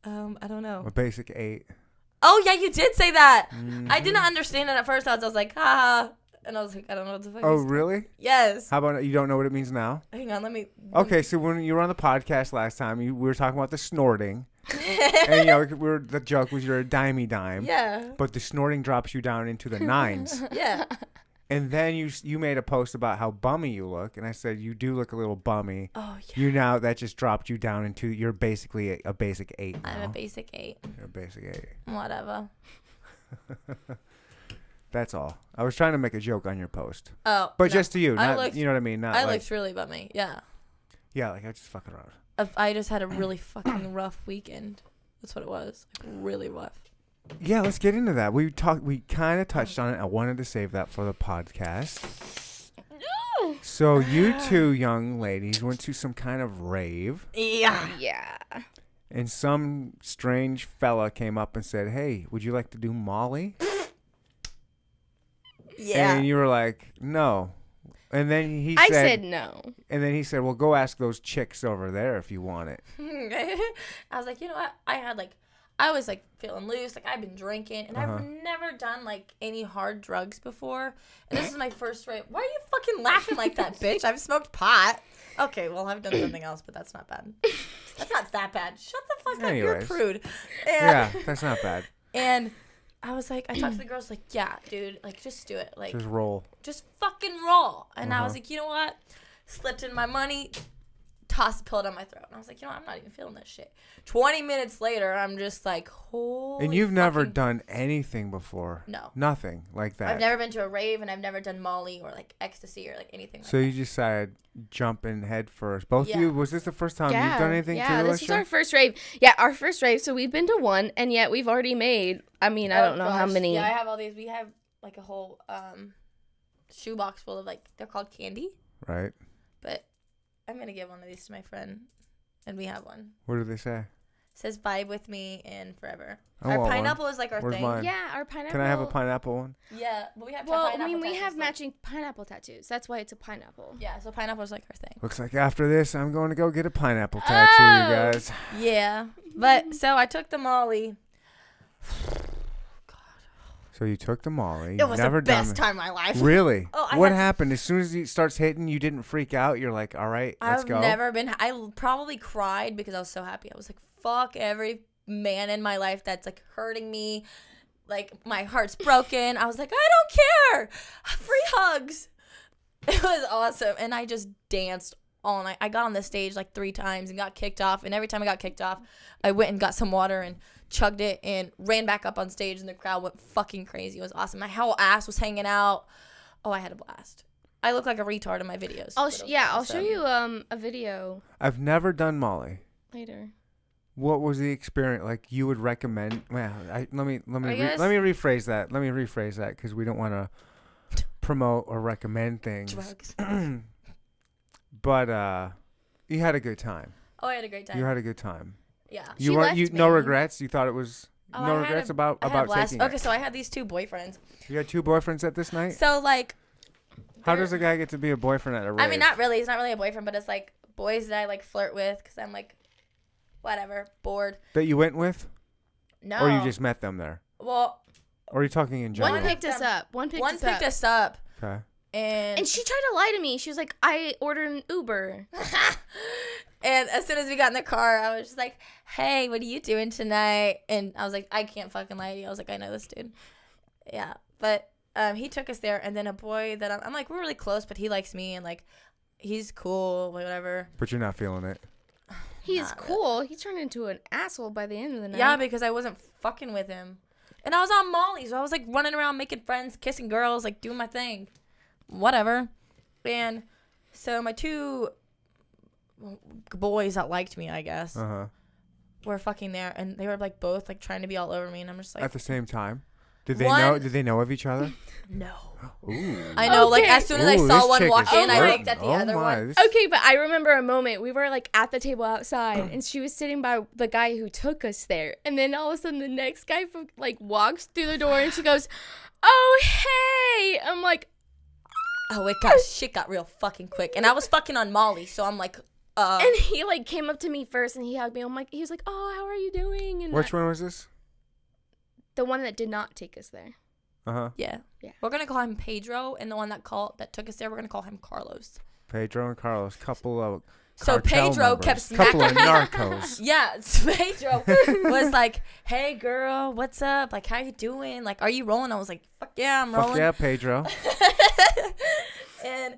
Speaker 3: I don't know.
Speaker 2: A basic eight.
Speaker 3: Oh yeah, you did say that. I didn't
Speaker 2: Mm-hmm.
Speaker 3: understand it at first. I was, I was like, ha, and I was like, I don't know what the fuck.
Speaker 2: Oh,
Speaker 3: you said.
Speaker 2: really?
Speaker 3: yes.
Speaker 2: How about you don't know what it means now?
Speaker 3: Hang on, let me.
Speaker 2: Okay, so when you were on the podcast last time, you, we were talking about the snorting, and you know, we were, the joke was you're a dimey dime,
Speaker 3: Yeah.
Speaker 2: but the snorting drops you down into the nines.
Speaker 3: Yeah.
Speaker 2: And then you s- you made a post about how bummy you look, and I said you do look a little bummy.
Speaker 3: Oh yeah.
Speaker 2: You now that just dropped you down into you're basically a, a basic eight.
Speaker 3: I'm a
Speaker 2: now.
Speaker 3: basic eight.
Speaker 2: You're a basic eight.
Speaker 3: Whatever.
Speaker 2: That's all. I was trying to make a joke on your post,
Speaker 3: Oh.
Speaker 2: but
Speaker 3: no.
Speaker 2: just to you,
Speaker 3: I
Speaker 2: not
Speaker 3: looked-
Speaker 2: you know what I mean. Not
Speaker 3: I
Speaker 2: like
Speaker 3: looked really bummy. Yeah.
Speaker 2: yeah, like I was just fucking around.
Speaker 3: If I just had a really fucking rough weekend. That's what it was. Like, really rough.
Speaker 2: Yeah, let's get into that. We talked. We kind of touched on it. I wanted to save that for the podcast. So you two young ladies went to some kind of rave,
Speaker 3: Yeah.
Speaker 1: Yeah.
Speaker 2: and some strange fella came up and said, "Hey, would you like to do Molly?"
Speaker 3: Yeah.
Speaker 2: And you were like, "No." And then he
Speaker 1: I
Speaker 2: said,
Speaker 1: said no.
Speaker 2: and then he said, "Well, go ask those chicks over there if you want it."
Speaker 3: I was like, you know what? I had like, I was like feeling loose. Like I've been drinking, and
Speaker 2: Uh-huh.
Speaker 3: I've never done like any hard drugs before. And this is my first rave. Why are you fucking laughing like that, bitch? I've smoked pot. Okay, well I've done something else, but that's not bad. That's not that bad. Shut the fuck
Speaker 2: Anyways.
Speaker 3: up. You're a prude.
Speaker 2: Yeah,
Speaker 3: And,
Speaker 2: that's not bad.
Speaker 3: And I was like, I talked to the girls, like, yeah, dude, like just do it, like
Speaker 2: Just roll.
Speaker 3: just fucking roll. And I was
Speaker 2: Uh-huh.
Speaker 3: like, you know what? Slipped in my money, tossed a pill down my throat. And I was like, you know, what? I'm not even feeling this shit. 20 minutes later, I'm just like, holy.
Speaker 2: and you've never
Speaker 3: fucking-
Speaker 2: done anything before.
Speaker 3: No.
Speaker 2: Nothing like that.
Speaker 3: I've never been to a rave and I've never done Molly or like ecstasy or like anything like
Speaker 2: So you decided jumping head first. Both of
Speaker 3: Yeah.
Speaker 2: you. Was this the first time
Speaker 1: yeah.
Speaker 2: Um, you've done anything?
Speaker 1: Yeah,
Speaker 2: too,
Speaker 1: this is
Speaker 2: Alicia?
Speaker 1: our first rave. Yeah, our first rave. So we've been to one, and yet we've already made. I mean, I
Speaker 3: Oh,
Speaker 1: don't know how
Speaker 3: gosh.
Speaker 1: many.
Speaker 3: Yeah, I have all these. We have like a whole um shoebox full of like, they're called candy,
Speaker 2: right.
Speaker 3: but I'm going to give one of these to my friend. And we have one.
Speaker 2: What did they say?
Speaker 3: It says vibe with me and forever.
Speaker 2: I
Speaker 3: our
Speaker 2: want one.
Speaker 3: pineapple is like our
Speaker 2: Where's
Speaker 3: thing.
Speaker 2: mine?
Speaker 1: Yeah, our pineapple.
Speaker 2: Can I have a pineapple one?
Speaker 3: Yeah, but we have
Speaker 1: Well, I
Speaker 3: pineapple
Speaker 1: mean, we
Speaker 3: tattoos,
Speaker 1: have
Speaker 3: though.
Speaker 1: matching pineapple tattoos. That's why it's a pineapple.
Speaker 3: Yeah, so pineapple's like our thing.
Speaker 2: Looks like after this, I'm going to go get a pineapple tattoo,
Speaker 1: Oh.
Speaker 2: you guys.
Speaker 3: Yeah. But so I took the Molly.
Speaker 2: So you took the Molly.
Speaker 3: It was
Speaker 2: never
Speaker 3: the best
Speaker 2: done
Speaker 3: time of my life.
Speaker 2: it. Really?
Speaker 3: Oh, I
Speaker 2: what
Speaker 3: had to-
Speaker 2: happened? As soon as it starts hitting, you didn't freak out. You're like, all right, let's
Speaker 3: I've
Speaker 2: go.
Speaker 3: never been I l- probably cried because I was so happy. I was like, fuck every man in my life that's like hurting me. Like my heart's broken. I was like, I don't care. Free hugs. It was awesome. And I just danced all night. I got on the stage like three times and got kicked off. And every time I got kicked off, I went and got some water and chugged it and ran back up on stage and the crowd went fucking crazy. It was awesome. My whole ass was hanging out. Oh, I had a blast. I look like a retard in my videos.
Speaker 1: I'll
Speaker 3: but
Speaker 1: sh-
Speaker 3: it was
Speaker 1: yeah, I'll show
Speaker 3: awesome.
Speaker 1: you um a video
Speaker 2: I've never done Molly.
Speaker 1: later.
Speaker 2: What was the experience like? You would recommend? Well, I, let me let me
Speaker 1: I
Speaker 2: re,
Speaker 1: guess-
Speaker 2: let me rephrase that. Let me rephrase that because we don't want to promote or recommend things.
Speaker 3: drugs.
Speaker 2: but uh, you had a good time.
Speaker 3: Oh, I had a great time.
Speaker 2: You had a good time.
Speaker 3: yeah.
Speaker 2: You
Speaker 1: She
Speaker 2: weren't you
Speaker 1: left
Speaker 2: no
Speaker 1: me.
Speaker 2: regrets. You thought it was
Speaker 3: Oh, I
Speaker 2: no
Speaker 3: had
Speaker 2: regrets
Speaker 3: a-
Speaker 2: about
Speaker 3: I had a
Speaker 2: about
Speaker 3: blast.
Speaker 2: taking
Speaker 3: Okay,
Speaker 2: it.
Speaker 3: so I had these two boyfriends.
Speaker 2: You had two boyfriends at this night.
Speaker 3: So like,
Speaker 2: How does a guy get to be a boyfriend at a rave?
Speaker 3: I mean, not really. He's not really a boyfriend, but it's like boys that I like flirt with because I'm like, whatever, bored.
Speaker 2: that you went with,
Speaker 3: No.
Speaker 2: or you just met them there,
Speaker 3: well,
Speaker 2: or are you talking in general?
Speaker 1: One picked us up. One picked
Speaker 3: one
Speaker 1: us
Speaker 3: picked
Speaker 1: up.
Speaker 3: us up
Speaker 2: okay.
Speaker 3: and
Speaker 1: And she tried to lie to me. She was like, "I ordered an Uber."
Speaker 3: and as soon as we got in the car, I was just like, "Hey, what are you doing tonight?" And I was like, "I can't fucking lie to you." I was like, "I know this dude." Yeah, but um, he took us there, and then a boy that I'm, I'm like we're really close, but he likes me, and like he's cool, like, whatever.
Speaker 2: But you're not feeling it.
Speaker 1: He is
Speaker 3: Not really.
Speaker 1: cool. He turned into an asshole by the end of the night.
Speaker 3: Yeah, because I wasn't fucking with him, and I was on Molly, so I was like running around making friends, kissing girls, like doing my thing, whatever. And so my two boys that liked me, I guess,
Speaker 2: Uh huh.
Speaker 3: were fucking there, and they were like both like trying to be all over me, and I'm just like,
Speaker 2: At the same time. Did they
Speaker 3: One-
Speaker 2: know? Did they know of each other?
Speaker 3: no.
Speaker 2: Ooh.
Speaker 3: I know, like
Speaker 1: Okay.
Speaker 3: as soon as I
Speaker 2: Ooh,
Speaker 3: saw
Speaker 2: this chick
Speaker 3: one
Speaker 2: is
Speaker 3: walk in, I
Speaker 2: flirting.
Speaker 3: looked at the
Speaker 2: oh
Speaker 3: other
Speaker 2: my,
Speaker 3: one.
Speaker 2: This,
Speaker 1: Okay, but I remember a moment. We were like at the table outside, and she was sitting by the guy who took us there. And then all of a sudden, the next guy fu- like walks through the door, and she goes, "Oh hey!" I'm like,
Speaker 3: Oh, it got shit got real fucking quick, and I was fucking on Molly, so I'm like, uh,
Speaker 1: and he like came up to me first, and he hugged me. I'm like, he was like, "Oh, how are you doing?" And
Speaker 2: Which
Speaker 1: I-
Speaker 2: one was this?
Speaker 1: the one that did not take us there.
Speaker 2: Uh huh.
Speaker 3: yeah.
Speaker 1: Yeah.
Speaker 3: We're gonna call him Pedro, and the one that called that took us there, we're gonna call him Carlos.
Speaker 2: Pedro and Carlos, couple of.
Speaker 3: So
Speaker 2: cartel
Speaker 3: Pedro
Speaker 2: members,
Speaker 3: kept
Speaker 2: Couple of
Speaker 3: smacking
Speaker 2: narcos.
Speaker 3: Yeah, so Pedro was like, "Hey, girl, what's up? Like, how you doing? Like, are you rolling?" I was like, "Fuck yeah, I'm
Speaker 2: Fuck
Speaker 3: rolling."
Speaker 2: yeah, Pedro.
Speaker 3: and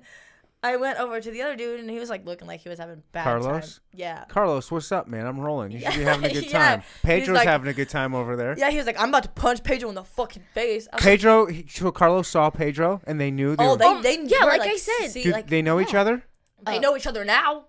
Speaker 3: I went over to the other dude, and he was like looking like he was having a bad
Speaker 2: Carlos?
Speaker 3: time. Yeah.
Speaker 2: Carlos, what's up, man? I'm rolling. You should be
Speaker 3: Yeah,
Speaker 2: having a good
Speaker 3: yeah.
Speaker 2: time.
Speaker 3: He's
Speaker 2: Pedro's
Speaker 3: like-
Speaker 2: having a good time over there.
Speaker 3: Yeah, he was like, "I'm about to punch Pedro in the fucking face." I was like,
Speaker 2: Pedro, he, so Carlos saw Pedro, and they knew. They
Speaker 3: oh,
Speaker 2: were,
Speaker 3: they, they
Speaker 1: yeah,
Speaker 3: were,
Speaker 1: like I said.
Speaker 3: see,
Speaker 2: did
Speaker 3: like,
Speaker 2: they know each other?
Speaker 3: They know each other now.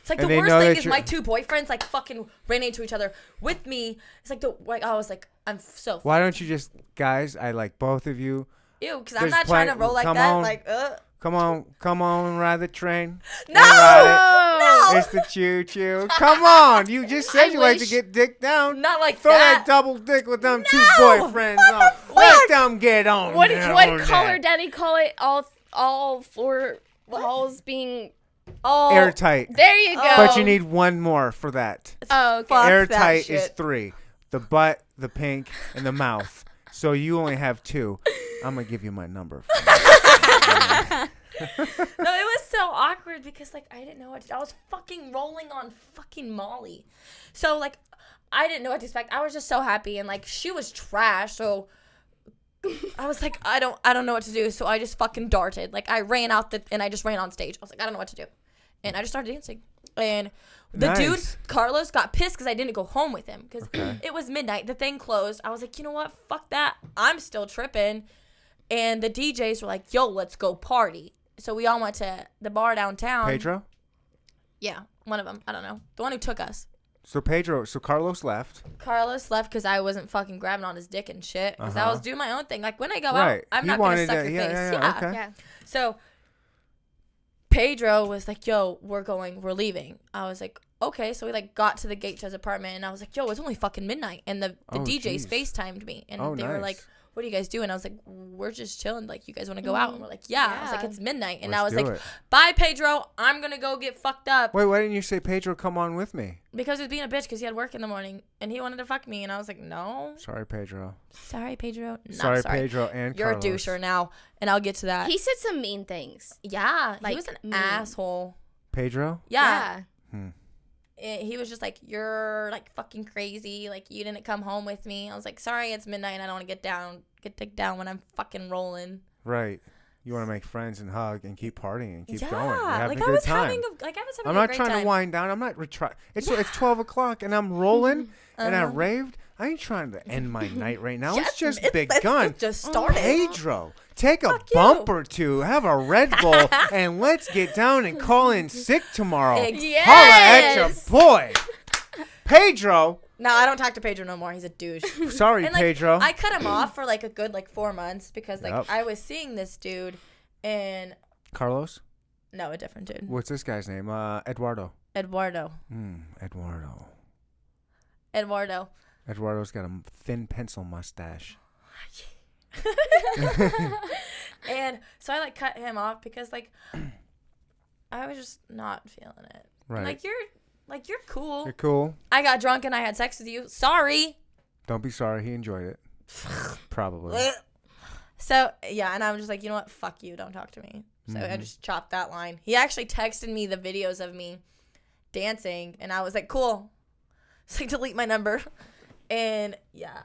Speaker 3: It's like
Speaker 2: And
Speaker 3: the
Speaker 2: they
Speaker 3: worst
Speaker 2: know that
Speaker 3: thing is
Speaker 2: you're-
Speaker 3: my two boyfriends like fucking ran into each other with me. It's like the like I was like I'm so f
Speaker 2: Why don't you just, guys? I like both of you.
Speaker 3: ew because I'm
Speaker 2: There's
Speaker 3: not trying to
Speaker 2: plenty-
Speaker 3: roll like
Speaker 2: come
Speaker 3: that.
Speaker 2: on.
Speaker 3: Like uh,
Speaker 2: Come on, come on, and ride the train.
Speaker 3: no,
Speaker 2: ride
Speaker 3: no,
Speaker 2: It's the choo choo. Come on, you just said
Speaker 1: I
Speaker 2: you like to
Speaker 1: wish-
Speaker 2: get dick down.
Speaker 3: not like
Speaker 2: Throw that
Speaker 3: that.
Speaker 2: double dick with them two
Speaker 3: No!
Speaker 2: boyfriends.
Speaker 3: What
Speaker 2: On.
Speaker 3: the
Speaker 2: Let
Speaker 3: fuck?
Speaker 2: them get on.
Speaker 1: What
Speaker 2: down
Speaker 1: what
Speaker 2: with
Speaker 1: color
Speaker 2: that.
Speaker 1: daddy call it? All all four walls being
Speaker 3: oh,
Speaker 2: Airtight.
Speaker 1: there. You go.
Speaker 2: But you need one more for that.
Speaker 1: Oh, okay.
Speaker 3: Fuck that
Speaker 2: Airtight is
Speaker 3: shit.
Speaker 2: three: the butt, the pink, and the mouth. So you only have two. I'm gonna give you my number.
Speaker 3: no, it was so awkward because like I didn't know what to, I was fucking rolling on fucking Molly. So like I didn't know what to expect. I was just so happy and like she was trash, so I was like I don't I don't know what to do, so I just fucking darted. Like I ran out the and I just ran on stage. I was like I don't know what to do. And I just started dancing. And the
Speaker 2: Nice.
Speaker 3: dude Carlos got pissed because I didn't go home with him because it was midnight. The thing closed. I was like, you know what? Fuck that. I'm still tripping. And the DJs were like, yo, let's go party. So we all went to the bar downtown.
Speaker 2: Pedro.
Speaker 3: Yeah, one of them. I don't know. The one who took us.
Speaker 2: So Pedro. So Carlos left.
Speaker 3: Carlos left because I wasn't fucking grabbing on his dick and shit. Because I
Speaker 2: Uh-huh.
Speaker 3: was doing my own thing. Like when I go
Speaker 2: Right.
Speaker 3: out, I'm
Speaker 2: He
Speaker 3: not gonna
Speaker 2: wanted
Speaker 3: suck
Speaker 2: to-
Speaker 3: your
Speaker 2: yeah,
Speaker 3: face.
Speaker 2: yeah,
Speaker 3: Yeah.
Speaker 2: yeah, okay.
Speaker 1: yeah.
Speaker 3: So Pedro was like, "Yo, we're going. We're leaving." I was like, "Okay." So we like got to the gate to his apartment, and I was like, "Yo, it's only fucking midnight." And the, the
Speaker 2: Oh,
Speaker 3: DJs
Speaker 2: jeez.
Speaker 3: FaceTimed me, and
Speaker 2: Oh,
Speaker 3: they were
Speaker 2: nice.
Speaker 3: like, "What are you guys doing?" I was like, "We're just chilling. Like, you guys want to go out?" And we're like, "Yeah." I was like,
Speaker 1: Yeah.
Speaker 3: "It's midnight," and I
Speaker 2: Let's
Speaker 3: was
Speaker 2: do
Speaker 3: like,
Speaker 2: it.
Speaker 3: "Bye, Pedro. I'm gonna go get fucked up."
Speaker 2: Wait, why didn't you say Pedro? Come on with me.
Speaker 3: because he was being a bitch because he had work in the morning and he wanted to fuck me and I was like, no,
Speaker 2: Sorry, Pedro.
Speaker 3: sorry, Pedro, not
Speaker 2: sorry,
Speaker 3: sorry,
Speaker 2: Pedro and
Speaker 3: You're
Speaker 2: Carlos.
Speaker 3: a doucher now, and I'll get to that.
Speaker 1: He said some mean things.
Speaker 3: yeah,
Speaker 1: Like
Speaker 3: he was an
Speaker 1: mean.
Speaker 3: asshole.
Speaker 2: Pedro.
Speaker 3: Yeah, And he was just like, you're like fucking crazy. Like you didn't come home with me. I was like, sorry, it's midnight and I don't want to get down, get dick down when I'm fucking rolling.
Speaker 2: Right. You want to make friends and hug and keep partying and keep
Speaker 3: yeah,
Speaker 2: going. You're having
Speaker 3: like
Speaker 2: a
Speaker 3: I
Speaker 2: good
Speaker 3: was
Speaker 2: time.
Speaker 3: having a like I was having.
Speaker 2: I'm
Speaker 3: a
Speaker 2: not
Speaker 3: great
Speaker 2: trying
Speaker 3: time.
Speaker 2: to wind down. I'm not retry. It's it's 12 o'clock and I'm rolling and I raved. I ain't trying to end my night right now.
Speaker 3: Mm-hmm. Uh-huh. Yes,
Speaker 2: it's just
Speaker 3: it's-
Speaker 2: big
Speaker 3: it's
Speaker 2: gun.
Speaker 3: just started.
Speaker 2: Pedro, take a
Speaker 3: Fuck you.
Speaker 2: bump or two, have a Red Bull, and let's get down and call in sick tomorrow.
Speaker 3: Ex-
Speaker 2: Holla at
Speaker 1: Yes.
Speaker 2: your boy, Pedro.
Speaker 3: No, I don't talk to Pedro no more. He's a douche.
Speaker 2: Sorry,
Speaker 3: and like
Speaker 2: Pedro.
Speaker 3: I cut him off for like a good like four months because like
Speaker 2: Oh. Yep.
Speaker 3: I was seeing this dude and
Speaker 2: Carlos,
Speaker 3: no a different dude
Speaker 2: what's this guy's name? Uh, Eduardo.
Speaker 3: Eduardo
Speaker 2: Hmm, Eduardo.
Speaker 3: Eduardo
Speaker 2: Eduardo's got a m- thin pencil mustache.
Speaker 3: and so I like cut him off because like I was just not feeling it
Speaker 2: Right.
Speaker 3: like you're like you're cool
Speaker 2: You're cool.
Speaker 3: I got drunk and I had sex with you sorry
Speaker 2: Don't be sorry. He enjoyed it. Probably.
Speaker 3: so yeah and I was just like you know what fuck you don't talk to me so
Speaker 2: Mm-hmm.
Speaker 3: I just chopped that line he actually texted me the videos of me dancing and I was like cool so I delete my number and yeah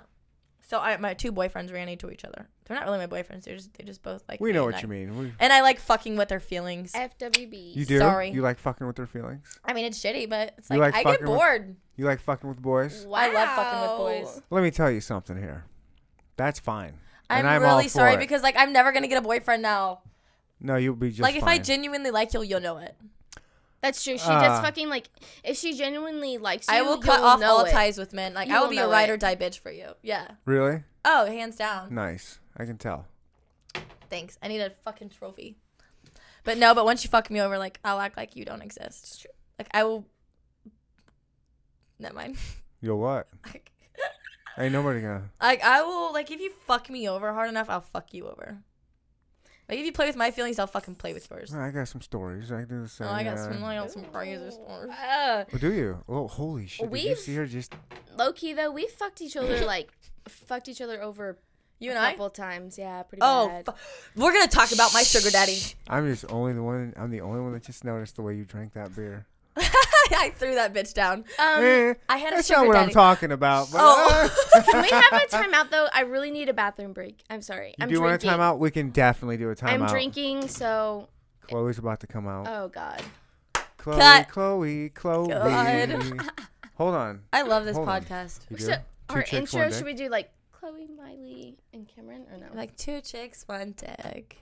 Speaker 3: So I my two boyfriends ran into each other. They're not really my boyfriends. They're just they just both like.
Speaker 2: We
Speaker 3: me
Speaker 2: know
Speaker 3: and
Speaker 2: what
Speaker 3: I-
Speaker 2: you mean. We,
Speaker 3: And I like fucking with their feelings.
Speaker 1: FWB.
Speaker 2: you do.
Speaker 3: sorry.
Speaker 2: You like fucking with their feelings.
Speaker 3: I mean, it's shitty, but it's
Speaker 2: You
Speaker 3: like,
Speaker 2: like
Speaker 3: I get
Speaker 2: fucking with-
Speaker 3: bored.
Speaker 2: You like fucking with boys.
Speaker 3: I love fucking with boys.
Speaker 2: Let me tell you something here. That's fine.
Speaker 3: I'm,
Speaker 2: and I'm all
Speaker 3: really
Speaker 2: for
Speaker 3: sorry
Speaker 2: it.
Speaker 3: because like I'm never gonna get a boyfriend now.
Speaker 2: No, you'll be just
Speaker 3: like if I
Speaker 2: fine.
Speaker 3: genuinely like you, you'll know it.
Speaker 1: That's true. She
Speaker 2: Uh,
Speaker 1: just fucking like if she genuinely likes you,
Speaker 3: I will cut
Speaker 1: you'll
Speaker 3: off
Speaker 1: know
Speaker 3: all
Speaker 1: it.
Speaker 3: ties with men. Like I
Speaker 1: You'll
Speaker 3: will be a
Speaker 1: know
Speaker 3: ride
Speaker 1: it.
Speaker 3: or die bitch for you. Yeah.
Speaker 2: really
Speaker 3: Oh, hands down.
Speaker 2: nice, I can tell.
Speaker 3: Thanks. I need a fucking trophy. But no, but once you fuck me over, like I'll act like you don't exist. Like I will. Never mind.
Speaker 2: Yo, what?
Speaker 3: Like,
Speaker 2: Ain't nobody gonna.
Speaker 3: like I will. Like if you fuck me over hard enough, I'll fuck you over. Like if you play with my feelings, I'll fucking play with yours.
Speaker 2: I got some stories. I can do the same.
Speaker 3: Oh, I got
Speaker 2: yeah.
Speaker 3: some. I got some crazy stories.
Speaker 1: Uh,
Speaker 2: Oh, do you? Oh, holy shit! Did you
Speaker 1: We've-
Speaker 2: see her just?
Speaker 1: low key though, we fucked each other like fucked each other over
Speaker 3: You
Speaker 1: a
Speaker 3: and I.
Speaker 1: couple times. Yeah, pretty
Speaker 3: Oh,
Speaker 1: bad.
Speaker 3: fu- we're gonna talk about my sugar daddy.
Speaker 2: I'm just only the one. I'm the only one that just noticed the way you drank that beer.
Speaker 3: I threw that bitch down.
Speaker 1: um,
Speaker 2: Eh,
Speaker 3: I had a
Speaker 2: that's
Speaker 3: sugar
Speaker 2: not what
Speaker 3: daddy.
Speaker 2: I'm talking about. But uh,
Speaker 3: Oh.
Speaker 1: Can we have a timeout though? I really need a bathroom break. I'm sorry.
Speaker 2: You
Speaker 1: I'm
Speaker 2: do you want a
Speaker 1: drinking.
Speaker 2: timeout? We can definitely do a timeout.
Speaker 1: I'm drinking, so
Speaker 2: Chloe's about to come out.
Speaker 1: oh god.
Speaker 2: Chloe,
Speaker 3: Cut.
Speaker 2: Chloe, Chloe.
Speaker 3: God.
Speaker 2: Hold on.
Speaker 3: I love this
Speaker 2: Hold on.
Speaker 3: podcast.
Speaker 2: You
Speaker 1: So
Speaker 2: do? Two
Speaker 1: our
Speaker 2: chicks, one
Speaker 1: intro
Speaker 2: dick?
Speaker 1: should we do like Chloe, Miley, and Cameron or no?
Speaker 3: Like two chicks, one dick.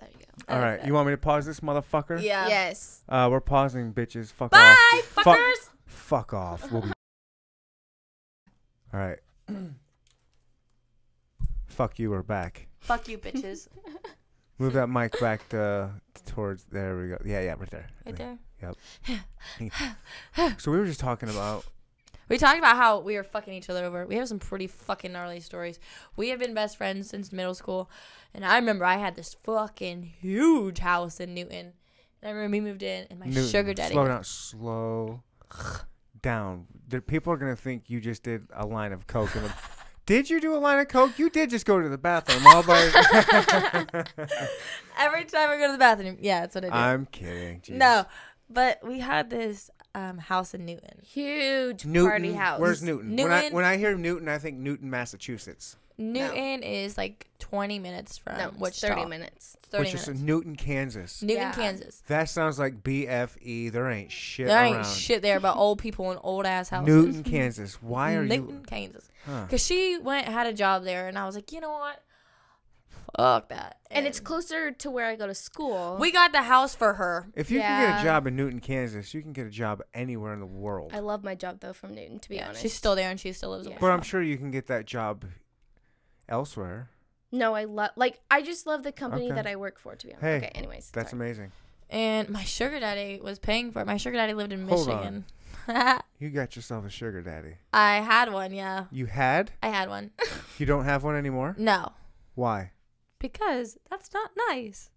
Speaker 1: there you go.
Speaker 3: I
Speaker 2: All
Speaker 3: like
Speaker 2: right.
Speaker 3: that.
Speaker 2: You want me to pause this motherfucker?
Speaker 3: Yeah.
Speaker 1: Yes.
Speaker 2: Uh, we're pausing, bitches. Fuck
Speaker 3: Bye,
Speaker 2: off. Fuck-
Speaker 3: fuckers.
Speaker 2: Fuck off. We'll be. All right. Fuck you. We're back.
Speaker 3: Fuck you, bitches.
Speaker 2: Move that mic back to towards. There we go. Yeah, yeah, right there.
Speaker 3: Right there.
Speaker 2: So we were just talking about.
Speaker 3: We talked about how we were fucking each other over. We have some pretty fucking gnarly stories. We have been best friends since middle school, and I remember I had this fucking huge house in Newton. And I remember we moved in, and my
Speaker 2: Newton.
Speaker 3: sugar daddy.
Speaker 2: Slow down. Slow down. The people are gonna think you just did a line of coke. In the, did you do a line of coke? You did just go to the bathroom all by.
Speaker 3: Every time I go to the bathroom, yeah, that's what I do.
Speaker 2: I'm kidding. Jesus.
Speaker 3: no, but we had this um, house in Newton.
Speaker 1: Huge
Speaker 2: Newton.
Speaker 1: party house.
Speaker 2: Where's Newton? When, I,
Speaker 3: Newton.
Speaker 2: when I hear Newton, I think Newton, Massachusetts,
Speaker 3: Newton is like 20 minutes from
Speaker 1: no, it's
Speaker 3: Wichita.
Speaker 1: 30 minutes.
Speaker 3: 30
Speaker 2: which
Speaker 3: minutes.
Speaker 2: is Newton, Kansas.
Speaker 3: Newton,
Speaker 1: Yeah.
Speaker 3: Kansas.
Speaker 2: That sounds like BFE. There ain't shit
Speaker 3: There
Speaker 2: around.
Speaker 3: ain't shit there but old people in old ass houses.
Speaker 2: Newton, Kansas. Why are
Speaker 3: Newton,
Speaker 2: you?
Speaker 3: Kansas.
Speaker 2: Huh.
Speaker 3: Because she went had a job there, and I was like, you know what? Fuck that.
Speaker 1: And it's closer to where I go to school.
Speaker 3: we got the house for her.
Speaker 2: If you can get a
Speaker 1: Yeah.
Speaker 2: job in Newton, Kansas, you can get a job anywhere in the world.
Speaker 1: I love my job though from Newton, to be
Speaker 3: Yeah,
Speaker 1: honest.
Speaker 3: she's still there, and she still lives.
Speaker 1: Yeah.
Speaker 3: in
Speaker 2: but I'm
Speaker 3: Wichita.
Speaker 2: sure you can get that job elsewhere.
Speaker 1: No, I love like I just love the company
Speaker 2: Okay.
Speaker 1: that I work for. To be honest.
Speaker 2: Hey,
Speaker 1: okay. Anyways,
Speaker 2: That's
Speaker 1: sorry.
Speaker 2: amazing.
Speaker 3: and my sugar daddy was paying for it. My sugar daddy lived in
Speaker 2: Hold
Speaker 3: Michigan.
Speaker 2: You got yourself a sugar daddy.
Speaker 3: I had one. Yeah,
Speaker 2: You had?
Speaker 3: I had one.
Speaker 2: You don't have one anymore?
Speaker 3: No,
Speaker 2: Why?
Speaker 3: because that's not nice.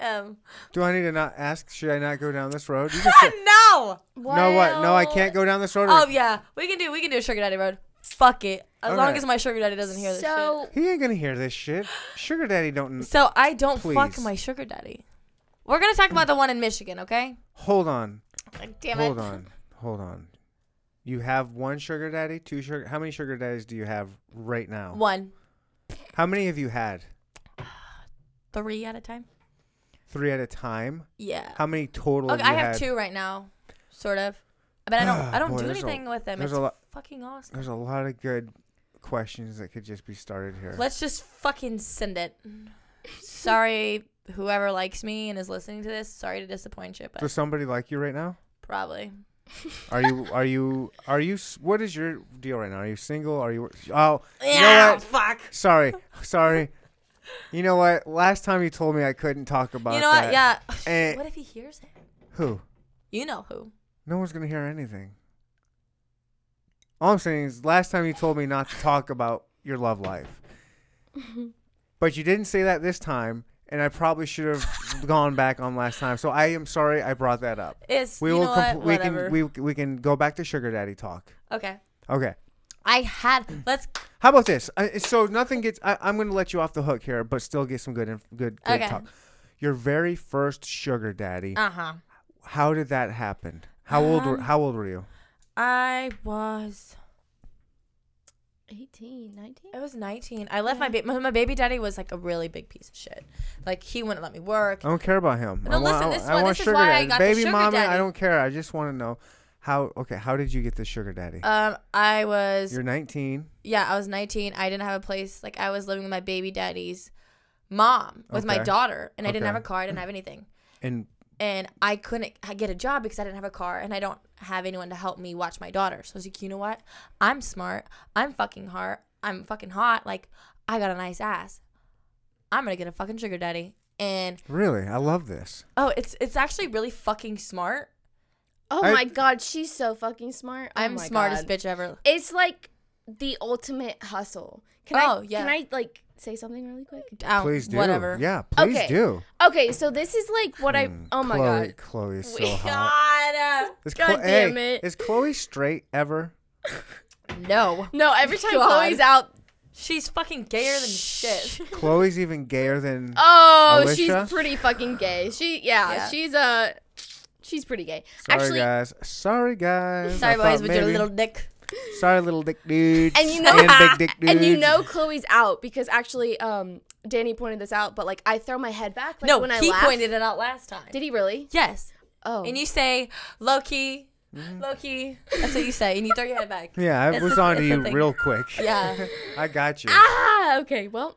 Speaker 3: Um.
Speaker 2: Do I need to not ask? Should I not go down this road? You just said,
Speaker 3: no.
Speaker 2: no, what? No, I
Speaker 1: Well,
Speaker 2: can't go down this road.
Speaker 3: Oh yeah, we can do we can do a sugar daddy road. Fuck it. As long
Speaker 2: Okay.
Speaker 3: as my sugar daddy doesn't hear this
Speaker 1: So
Speaker 2: He ain't gonna hear this shit. Sugar daddy don't.
Speaker 3: shit. So I don't fuck
Speaker 2: Please.
Speaker 3: my sugar daddy. We're gonna talk about the one in Michigan, okay?
Speaker 2: Hold on.
Speaker 3: Damn
Speaker 2: Hold on. Hold on. You have one sugar daddy, two sugar. How many sugar daddies do you have right now?
Speaker 3: One,
Speaker 2: How many have you had?
Speaker 3: three at a time.
Speaker 2: Three at a time.
Speaker 3: Yeah.
Speaker 2: How many total?
Speaker 3: Okay,
Speaker 2: have
Speaker 3: I
Speaker 2: you
Speaker 3: have
Speaker 2: had?
Speaker 3: two right now, sort of. But I don't I don't
Speaker 2: Boy,
Speaker 3: do
Speaker 2: there's a-
Speaker 3: anything with them.
Speaker 2: there's
Speaker 3: It's
Speaker 2: a lot-
Speaker 3: fucking awesome.
Speaker 2: There's a lot of good questions that could just be started here.
Speaker 3: Let's just fucking send it. Sorry, whoever likes me and is listening to this. Sorry to disappoint you, but
Speaker 2: Does somebody like you right now?
Speaker 3: probably.
Speaker 2: Are you? Are you? Are you? s- What is your deal right now? Are you single? Are you? Oh, you
Speaker 3: Yeah,
Speaker 2: know what?
Speaker 3: fuck.
Speaker 2: Sorry, sorry. You know what? Last time you told me I couldn't talk about.
Speaker 3: You know what?
Speaker 2: that.
Speaker 3: Yeah.
Speaker 2: Eh.
Speaker 3: what if he hears it?
Speaker 2: Who?
Speaker 3: You know who.
Speaker 2: No one's gonna hear anything. All I'm saying is, last time you told me not to talk about your love life, but you didn't say that this time, and I probably should have gone back on last time. So I am sorry I brought that up.
Speaker 3: It's
Speaker 2: We
Speaker 3: you
Speaker 2: will.
Speaker 3: know
Speaker 2: compl-
Speaker 3: what?
Speaker 2: we
Speaker 3: Whatever.
Speaker 2: can. We we can go back to sugar daddy talk.
Speaker 3: okay.
Speaker 2: Okay.
Speaker 3: I had let's
Speaker 2: How about this? I, so nothing gets. I, I'm going to let you off the hook here, but still get some good, inf- good, good
Speaker 3: Okay.
Speaker 2: talk. Your very first sugar daddy.
Speaker 3: uh um, huh.
Speaker 2: how did that happen? How old? Were, how old were you?
Speaker 3: I was
Speaker 1: 18, 19?
Speaker 3: I was 19. I left my baby. My, my baby daddy was like a really big piece of shit. Like he wouldn't let me work.
Speaker 2: I don't care about him.
Speaker 3: No,
Speaker 2: I want,
Speaker 3: listen,
Speaker 2: I,
Speaker 3: this
Speaker 2: I
Speaker 3: one-
Speaker 2: want
Speaker 3: this is
Speaker 2: sugar
Speaker 3: why I
Speaker 2: daddy.
Speaker 3: got the
Speaker 2: Baby
Speaker 3: sugar
Speaker 2: mama, I
Speaker 3: daddy.
Speaker 2: don't care. I just want to know how. Okay, how did you get the sugar daddy?
Speaker 3: Um, I was
Speaker 2: You're 19.
Speaker 3: yeah, I was 19. I didn't have a place. Like I was living with my baby daddy's mom with my
Speaker 2: Okay.
Speaker 3: daughter, and I didn't
Speaker 2: Okay.
Speaker 3: have a car. I didn't have anything,
Speaker 2: And
Speaker 3: and I couldn't h- get a job because I didn't have a car, and I don't have anyone to help me watch my daughter. So I was like, you know what? I'm smart. I'm fucking hard. I'm fucking hot. Like I got a nice ass. I'm gonna get a fucking sugar daddy. And
Speaker 2: really, I love this.
Speaker 3: oh, it's it's actually really fucking smart.
Speaker 1: Oh
Speaker 2: I-
Speaker 1: my god, she's so fucking smart. Oh
Speaker 3: I'm
Speaker 1: my
Speaker 3: smartest
Speaker 1: God.
Speaker 3: bitch ever.
Speaker 1: It's like the ultimate hustle. Can
Speaker 3: Oh,
Speaker 1: I
Speaker 3: yeah.
Speaker 1: can I like say something really quick?
Speaker 3: Out,
Speaker 2: Please do.
Speaker 3: Um, Whatever.
Speaker 2: Yeah, please
Speaker 1: Okay.
Speaker 2: do.
Speaker 1: Okay, so this is like what I
Speaker 2: Mm,
Speaker 1: Oh my
Speaker 2: Chloe,
Speaker 1: god.
Speaker 2: Chloe is so
Speaker 3: We
Speaker 2: hot.
Speaker 3: got uh,
Speaker 2: Is
Speaker 1: God
Speaker 2: Chlo-
Speaker 1: damn
Speaker 2: hey,
Speaker 1: it.
Speaker 2: Is Chloe straight ever?
Speaker 3: no.
Speaker 1: No, every time
Speaker 3: God.
Speaker 1: Chloe's out
Speaker 3: She's fucking gayer than shit.
Speaker 2: Chloe's even gayer than.
Speaker 1: Oh,
Speaker 2: Alicia?
Speaker 1: she's pretty fucking gay. She yeah,
Speaker 3: Yeah.
Speaker 1: she's uh she's pretty gay.
Speaker 2: Sorry
Speaker 1: Actually
Speaker 2: guys. Sorry guys.
Speaker 3: Sorry,
Speaker 2: I thought
Speaker 3: boys, with your
Speaker 2: maybe-
Speaker 3: little dick.
Speaker 2: Sorry little dick dudes.
Speaker 1: And you know-
Speaker 2: big dick dudes.
Speaker 1: and you know Chloe's out because actually um Danny pointed this out, but like I throw my head back like
Speaker 3: no,
Speaker 1: when I
Speaker 3: he
Speaker 1: laugh.
Speaker 3: pointed it out last time.
Speaker 1: Did he really?
Speaker 3: yes.
Speaker 1: Oh.
Speaker 3: And you say, low key, low key. That's what you say. And you throw your head back.
Speaker 2: Mm-hmm. Yeah, I
Speaker 3: It's
Speaker 2: was
Speaker 3: the-
Speaker 2: on to
Speaker 3: it's the
Speaker 2: you
Speaker 3: thing.
Speaker 2: real quick.
Speaker 3: Yeah.
Speaker 2: I got you.
Speaker 1: ah, okay. Well,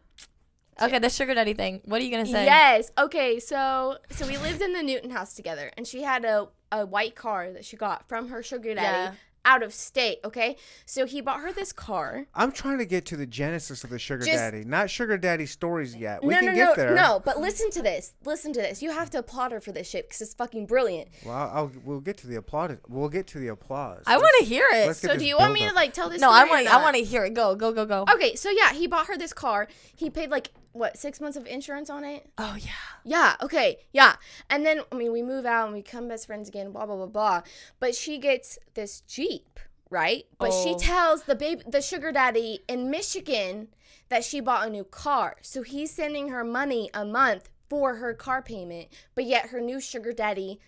Speaker 3: Okay, the sugar daddy thing. What are you going to say?
Speaker 1: Yes. Okay. So so we lived in the Newton house together, and she had a a white car that she got from her sugar
Speaker 3: Yeah.
Speaker 1: daddy out of state. Okay. So he bought her this car.
Speaker 2: I'm trying to get to the genesis of the sugar
Speaker 1: Just-
Speaker 2: daddy, not sugar daddy stories yet. We
Speaker 1: no,
Speaker 2: can
Speaker 1: no,
Speaker 2: get
Speaker 1: no,
Speaker 2: there.
Speaker 1: no. But listen to this. Listen to this. You have to applaud her for this shit because it's fucking brilliant.
Speaker 2: Well, I'll, I'll- we'll get to the applaud. We'll get to the applause.
Speaker 3: I want to hear
Speaker 2: let's
Speaker 3: it.
Speaker 1: So
Speaker 2: get this
Speaker 1: do you want me
Speaker 2: buildup.
Speaker 1: to like tell this?
Speaker 3: No, I
Speaker 1: story or
Speaker 3: want I
Speaker 1: not?
Speaker 3: want to hear it. Go, go, go, go.
Speaker 1: Okay. So yeah, he bought her this car. He paid like what six months of insurance on it.
Speaker 3: Oh, yeah.
Speaker 1: Yeah, okay, yeah. And then, I mean, we move out and we become best friends again, blah, blah, blah, blah. But she gets this Jeep, right? But she
Speaker 3: Oh.
Speaker 1: tells the baby, the sugar daddy in Michigan that she bought a new car. So he's sending her money a month for her car payment, but yet her new sugar daddy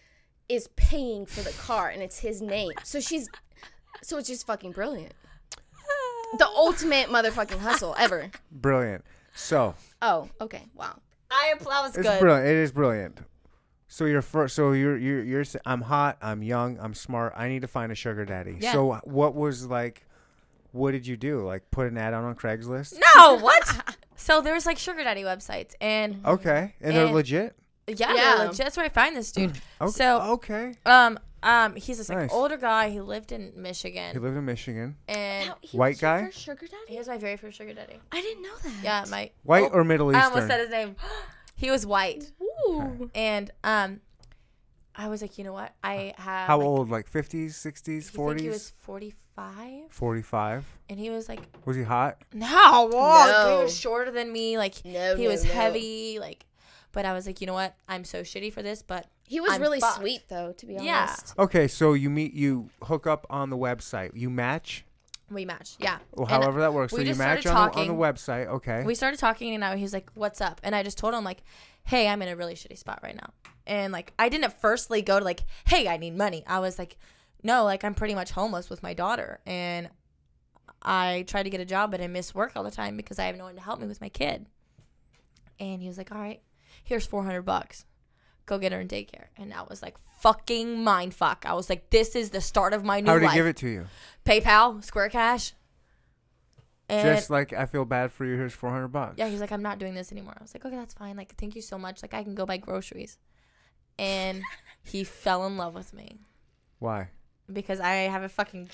Speaker 1: is paying for the car and it's his name. So she's, so it's just fucking brilliant. The ultimate motherfucking hustle ever.
Speaker 2: Brilliant. So
Speaker 1: Oh, okay, wow.
Speaker 3: I applaud.
Speaker 2: it's
Speaker 3: good.
Speaker 2: brilliant. It is brilliant. So you're first. So you're you're you're. sa- I'm hot. I'm young. I'm smart. I need to find a sugar daddy.
Speaker 3: Yeah.
Speaker 2: So what was like? What did you do? Like put an ad on on Craigslist?
Speaker 3: No, what? so there's like sugar daddy websites. And
Speaker 2: Okay, and they're
Speaker 3: And-
Speaker 2: legit.
Speaker 3: yeah,
Speaker 1: Yeah.
Speaker 3: they're legit. that's where I find this dude.
Speaker 2: Okay.
Speaker 3: So-
Speaker 2: okay,
Speaker 3: Um, um, he's this like
Speaker 2: Nice.
Speaker 3: older guy. He lived in
Speaker 2: he
Speaker 3: Michigan,
Speaker 2: lived in Michigan.
Speaker 3: and
Speaker 1: Wow, he
Speaker 2: White
Speaker 1: was your
Speaker 2: guy?
Speaker 1: first Sugar
Speaker 3: he
Speaker 1: daddy?
Speaker 3: was my very first sugar daddy.
Speaker 1: I didn't know that.
Speaker 3: Yeah, my
Speaker 2: White
Speaker 3: oh,
Speaker 2: or Middle Eastern?
Speaker 3: I almost said his name. he was white,
Speaker 1: Ooh.
Speaker 3: and um, I was like, you know what? I have
Speaker 2: How
Speaker 3: like,
Speaker 2: old? Like 50s, 60s,
Speaker 3: you think He was
Speaker 2: 40s,
Speaker 3: forty-five,
Speaker 2: 45.
Speaker 3: and he was like,
Speaker 2: Was he hot?
Speaker 3: no, oh,
Speaker 1: No.
Speaker 3: he was shorter than me. Like
Speaker 1: No,
Speaker 3: he
Speaker 1: no,
Speaker 3: was
Speaker 1: no.
Speaker 3: heavy. Like, but I was like, you know what? I'm so shitty for this, but
Speaker 1: He was
Speaker 3: I'm
Speaker 1: really
Speaker 3: fucked.
Speaker 1: sweet though, to be honest.
Speaker 3: Yeah.
Speaker 2: Okay, so you meet, you hook up on the website, you match,
Speaker 3: we matched. Yeah.
Speaker 2: or
Speaker 3: And
Speaker 2: however that works.
Speaker 3: we
Speaker 2: So you
Speaker 3: just
Speaker 2: match
Speaker 3: started
Speaker 2: on the, on
Speaker 3: talking.
Speaker 2: the website. Okay.
Speaker 3: we started talking and I, he was like what's up and i just told him like hey i'm in a really shitty spot right now and like i didn't at firstly go to like hey i need money i was like no like i'm pretty much homeless with my daughter and i tried to get a job but i miss work all the time because i have no one to help me with my kid and he was like all right here's 400 bucks go get her in daycare and i was like fucking mind fuck i was like this is the start of my new
Speaker 2: How did
Speaker 3: life
Speaker 2: he give it to you?
Speaker 3: paypal square cash and
Speaker 2: Just like I feel bad for you. Here's 400 bucks.
Speaker 3: yeah, he's like, I'm not doing this anymore. I was like, okay, that's fine. Like, thank you so much. Like, I can go buy groceries. And he fell in love with me
Speaker 2: Why?
Speaker 3: because I have a fucking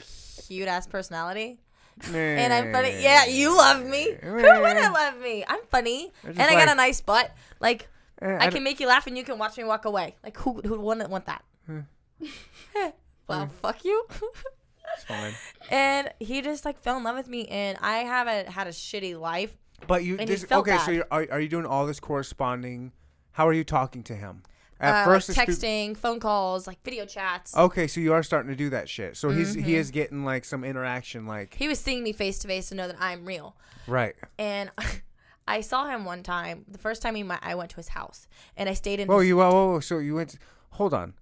Speaker 3: cute ass personality. And I'm
Speaker 2: Eh.
Speaker 3: funny. Yeah, you love me. Who wouldn't love me? I'm funny.
Speaker 2: It's
Speaker 3: And
Speaker 2: Eh. just
Speaker 3: I got
Speaker 2: like-
Speaker 3: a nice butt. Like,
Speaker 2: Eh, I
Speaker 3: I
Speaker 2: d-
Speaker 3: can make you laugh and you can watch me walk away. Like, who, who wouldn't want that?
Speaker 2: Hmm.
Speaker 3: well, fuck you.
Speaker 2: it's fine.
Speaker 3: and he just like fell in love with me. And I haven't had a shitty life.
Speaker 2: But you
Speaker 3: And he
Speaker 2: this,
Speaker 3: felt
Speaker 2: okay? So
Speaker 3: bad.
Speaker 2: you're, are are you doing all this corresponding? How are you talking to him? At
Speaker 3: Uh,
Speaker 2: first,
Speaker 3: like,
Speaker 2: it's through-
Speaker 3: texting, phone calls, like video chats.
Speaker 2: Okay, so you are starting to do that shit. So he's he is getting like some interaction, like
Speaker 3: Mm-hmm. he was seeing me face to face to know that I'm real.
Speaker 2: right.
Speaker 3: And I saw him one time, the first time he, mi- I went to his house, and I stayed in.
Speaker 2: Whoa,
Speaker 3: his-
Speaker 2: you whoa, whoa, whoa, so you went. hold on.